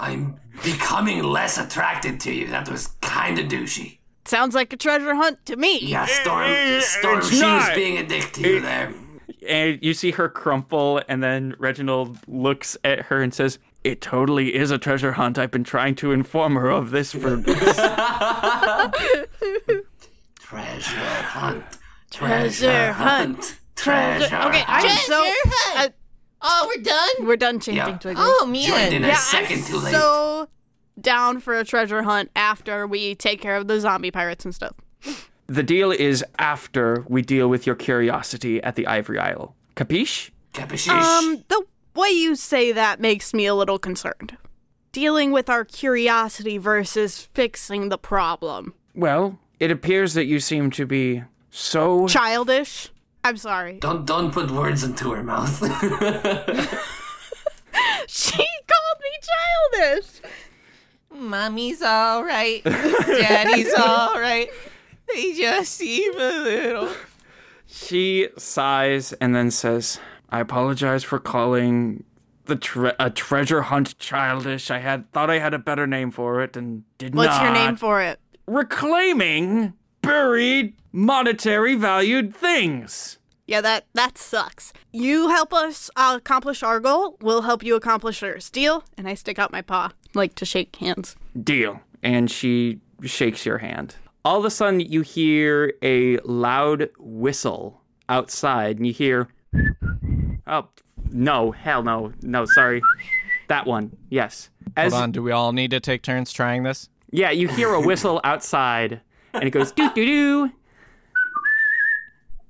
[SPEAKER 3] I'm becoming less attracted to you. That was kind of douchey.
[SPEAKER 4] Sounds like a treasure hunt to me.
[SPEAKER 3] Yeah, Storm, Storm, she was
[SPEAKER 1] not.
[SPEAKER 3] being a dick to you there.
[SPEAKER 1] And you see her crumple, and then Reginald looks at her and says, It totally is a treasure hunt. I've been trying to inform her of this for.
[SPEAKER 3] Treasure hunt.
[SPEAKER 4] Treasure hunt.
[SPEAKER 3] Treasure
[SPEAKER 4] Oh, Okay,
[SPEAKER 3] hunt.
[SPEAKER 4] I'm so.
[SPEAKER 5] Treasure hunt. Oh, we're done.
[SPEAKER 4] We're done chanting
[SPEAKER 3] Yeah.
[SPEAKER 4] Twiggly.
[SPEAKER 5] Oh
[SPEAKER 3] Joined in
[SPEAKER 5] man.
[SPEAKER 3] a
[SPEAKER 4] yeah,
[SPEAKER 3] second
[SPEAKER 4] I'm
[SPEAKER 3] too late.
[SPEAKER 4] so down for a treasure hunt after we take care of the zombie pirates and stuff.
[SPEAKER 1] the deal is after we deal with your curiosity at the Ivory Isle. Capiche?
[SPEAKER 3] Capishish.
[SPEAKER 4] Um, the way you say that makes me a little concerned. Dealing with our curiosity versus fixing the problem.
[SPEAKER 1] Well, it appears that you seem to be so.
[SPEAKER 4] Childish. I'm sorry.
[SPEAKER 3] don't don't put words into her mouth.
[SPEAKER 4] She called me childish.
[SPEAKER 5] Mommy's all right. Daddy's all right. They just seem a little.
[SPEAKER 1] She sighs and then says, I apologize for calling the tre- a treasure hunt childish. I had thought I had a better name for it and did not.
[SPEAKER 4] What's your name for it?
[SPEAKER 1] Reclaiming buried monetary valued things.
[SPEAKER 4] Yeah, that that sucks. You help us uh, accomplish our goal. We'll help you accomplish yours. Deal? And I stick out my paw, like to shake hands.
[SPEAKER 1] Deal. And she shakes your hand. All of a sudden, you hear a loud whistle outside, and you hear, oh, no, hell no, no, sorry. That one, yes. As
[SPEAKER 2] Hold on, do we all need to take turns trying this?
[SPEAKER 1] Yeah, you hear a whistle outside, and it goes doo doo doo.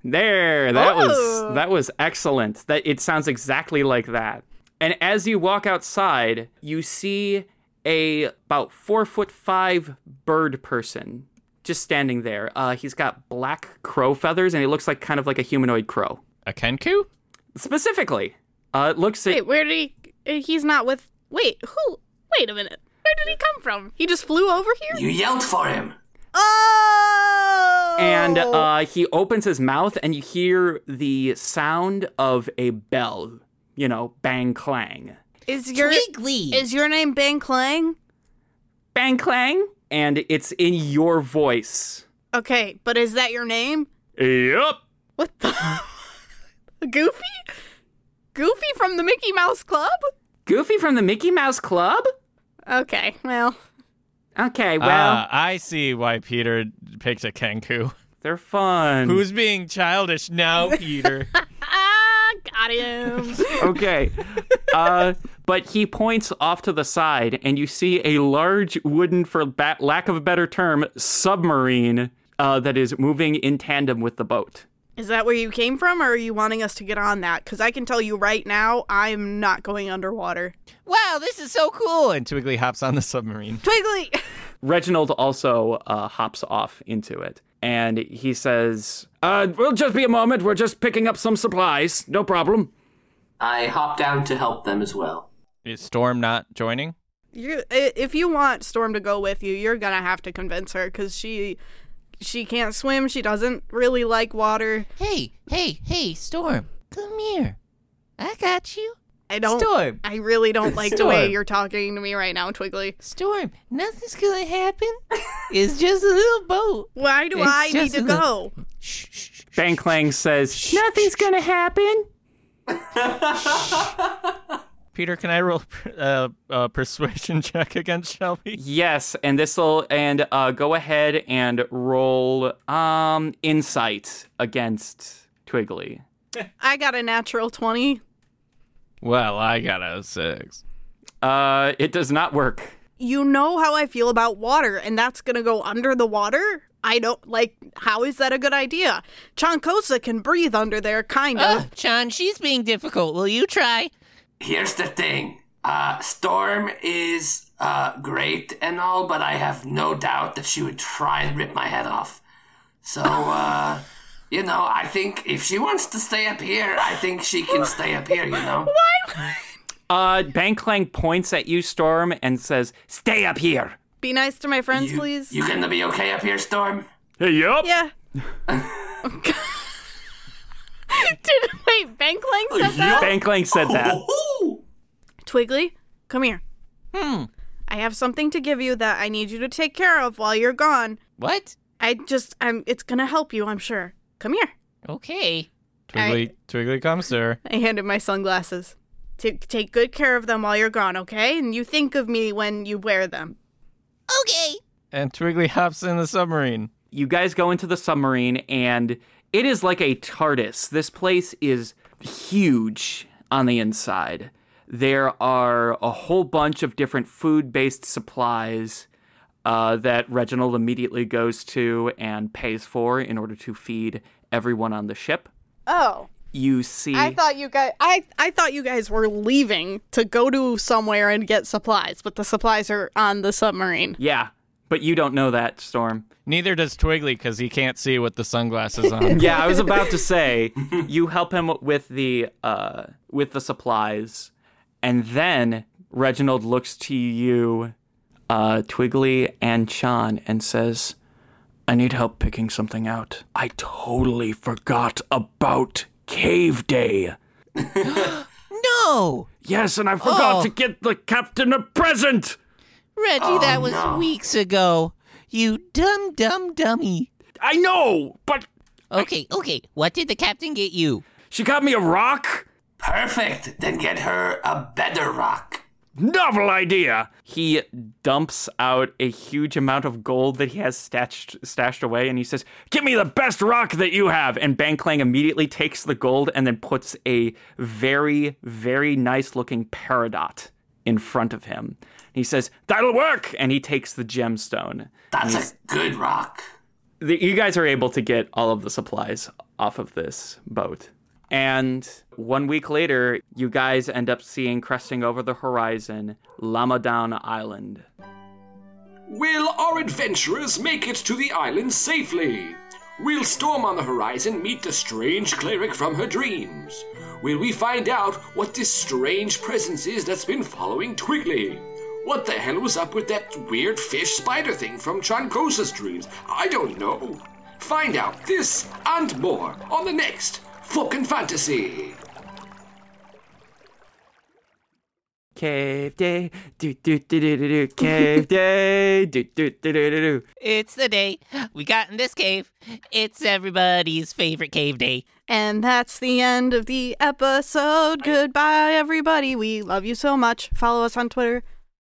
[SPEAKER 1] There, that
[SPEAKER 4] Oh.
[SPEAKER 1] was that was excellent. That it sounds exactly like that. And as you walk outside, you see a about four foot five bird person just standing there. Uh, he's got black crow feathers, and he looks like kind of like a humanoid crow.
[SPEAKER 2] A Kenku?
[SPEAKER 1] Specifically, uh, it looks at,
[SPEAKER 4] Wait, where did he? uh, He's not with. Wait, who? Wait a minute. Where did he come from? He just flew over here.
[SPEAKER 3] you yelled for him.
[SPEAKER 4] Oh!
[SPEAKER 1] and uh, he opens his mouth and you hear the sound of a bell you know bang clang
[SPEAKER 4] is your
[SPEAKER 5] Wiggly.
[SPEAKER 4] is your name Bang Clang?
[SPEAKER 1] bang clang and it's in your voice
[SPEAKER 4] Okay, but is that your name?
[SPEAKER 1] yep
[SPEAKER 4] What the? Goofy? Goofy from the Mickey Mouse Club?
[SPEAKER 1] goofy from the mickey mouse club
[SPEAKER 4] Okay, well,
[SPEAKER 1] okay well
[SPEAKER 2] Ah, I see why Peter picked a Kenku.
[SPEAKER 1] they're fun
[SPEAKER 2] Who's being childish now, Peter?
[SPEAKER 4] ah, got him.
[SPEAKER 1] okay uh, but he points off to the side and you see a large wooden for ba- lack of a better term submarine uh, that is moving in tandem with the boat
[SPEAKER 4] Is that where you came from, or are you wanting us to get on that? Because I can tell you right now, I'm not going underwater.
[SPEAKER 5] wow, this is so cool.
[SPEAKER 2] oh, and Twiggly hops on the submarine.
[SPEAKER 4] Twiggly!
[SPEAKER 1] Reginald also uh, hops off into it. And he says, uh, We'll just be a moment. We're just picking up some supplies. No problem.
[SPEAKER 3] I hop down to help them as well.
[SPEAKER 2] Is Storm not joining?
[SPEAKER 4] You, i- if you want Storm to go with you, you're gonna have to convince her because she, she can't swim. She doesn't really like water.
[SPEAKER 5] Hey, hey, hey, Storm, come here. I got you.
[SPEAKER 4] I don't.
[SPEAKER 5] Storm,
[SPEAKER 4] I really don't like the way
[SPEAKER 2] Storm.
[SPEAKER 4] you're talking to me right now, Twiggly.
[SPEAKER 5] Storm, nothing's gonna happen. It's just a little boat.
[SPEAKER 4] Why do
[SPEAKER 5] It's
[SPEAKER 4] I need
[SPEAKER 5] just
[SPEAKER 4] to
[SPEAKER 5] a-
[SPEAKER 4] go?
[SPEAKER 5] Shh, shh, shh.
[SPEAKER 1] Bang Clang says, Nothing's gonna happen.
[SPEAKER 2] Peter, can I roll a uh, uh, persuasion check against Shelby?
[SPEAKER 1] Yes, and this'll and uh, go ahead and roll um insight against Twiggly.
[SPEAKER 4] I got a natural twenty.
[SPEAKER 2] Well, I got a six.
[SPEAKER 1] Uh it does not work.
[SPEAKER 4] You know how I feel about water, and that's gonna go under the water. I don't like. How is that a good idea? Chonkosa can breathe under there, kind of.
[SPEAKER 5] Ugh, Chan, she's being difficult. Will you try?
[SPEAKER 3] Here's the thing. Uh, Storm is uh, great and all, but I have no doubt that she would try and rip my head off. So, uh, you know, I think if she wants to stay up here, I think she can stay up here, you know?
[SPEAKER 1] Uh, Bang Clang points at you, Storm, and says, "Stay up here."
[SPEAKER 4] Be nice to my friends,
[SPEAKER 3] You-
[SPEAKER 4] please.
[SPEAKER 3] You gonna be okay up here, Storm?
[SPEAKER 1] Hey, yep.
[SPEAKER 4] yeah. Did wait, Banklang said that?
[SPEAKER 1] Bang Clang said
[SPEAKER 3] Oh.
[SPEAKER 1] that.
[SPEAKER 4] Twiggly, come here. Hmm. I have something to give you that I need you to take care of while you're gone.
[SPEAKER 5] What?
[SPEAKER 4] I just I'm it's gonna help you, I'm sure. Come here.
[SPEAKER 5] Okay.
[SPEAKER 2] Twiggly, Twiggly comes to her.
[SPEAKER 4] I hand him my sunglasses. Ta- take good care of them while you're gone, okay? And you think of me when you wear them.
[SPEAKER 5] Okay.
[SPEAKER 2] And Twiggly hops in the submarine.
[SPEAKER 1] you guys go into the submarine and it is like a TARDIS. This place is huge on the inside. There are a whole bunch of different food based supplies uh, that Reginald immediately goes to and pays for in order to feed everyone on the ship.
[SPEAKER 4] Oh.
[SPEAKER 1] You see,
[SPEAKER 4] I thought you guys I, I thought you guys were leaving to go to somewhere and get supplies, but the supplies are on the submarine.
[SPEAKER 1] yeah, but you don't know that, Storm.
[SPEAKER 2] Neither does Twiggly because he can't see with the sunglasses on.
[SPEAKER 1] yeah, I was about to say you help him with the uh, with the supplies, and then Reginald looks to you, uh, Twiggly and Sean, and says,
[SPEAKER 6] I need help picking something out. I totally forgot about Cave Day.
[SPEAKER 5] No.
[SPEAKER 6] Yes, and I forgot
[SPEAKER 5] Oh.
[SPEAKER 6] to get the captain a present.
[SPEAKER 5] Reggie, that was
[SPEAKER 3] no.
[SPEAKER 5] weeks ago. You dumb, dumb dummy.
[SPEAKER 6] I know, but
[SPEAKER 5] Okay, okay. What did the captain get you?
[SPEAKER 6] she got me a rock.
[SPEAKER 3] Perfect. Then get her a better rock.
[SPEAKER 6] Novel idea.
[SPEAKER 1] he dumps out a huge amount of gold that he has stashed stashed away, and he says, "Give me the best rock that you have." And Bang Clang immediately takes the gold and then puts a very very nice looking peridot in front of him. He says, "That'll work," and he takes the gemstone.
[SPEAKER 3] That's a good rock.
[SPEAKER 1] the, you guys are able to get all of the supplies off of this boat. And one week later, you guys end up seeing cresting over the horizon Lamadown Island.
[SPEAKER 11] Will our adventurers make it to the island safely? Will Storm on the horizon meet the strange cleric from her dreams? Will we find out what this strange presence is that's been following Twiggly? What the hell was up with that weird fish spider thing from Chancosa's dreams? I don't know. Find out this and more on the next Fucking Fantasy.
[SPEAKER 1] Cave day, do do do do do do. Cave day, do do do do do do.
[SPEAKER 5] It's the day we got in this cave. It's everybody's favorite cave day.
[SPEAKER 4] And that's the end of the episode. Goodbye, everybody. We love you so much. Follow us on Twitter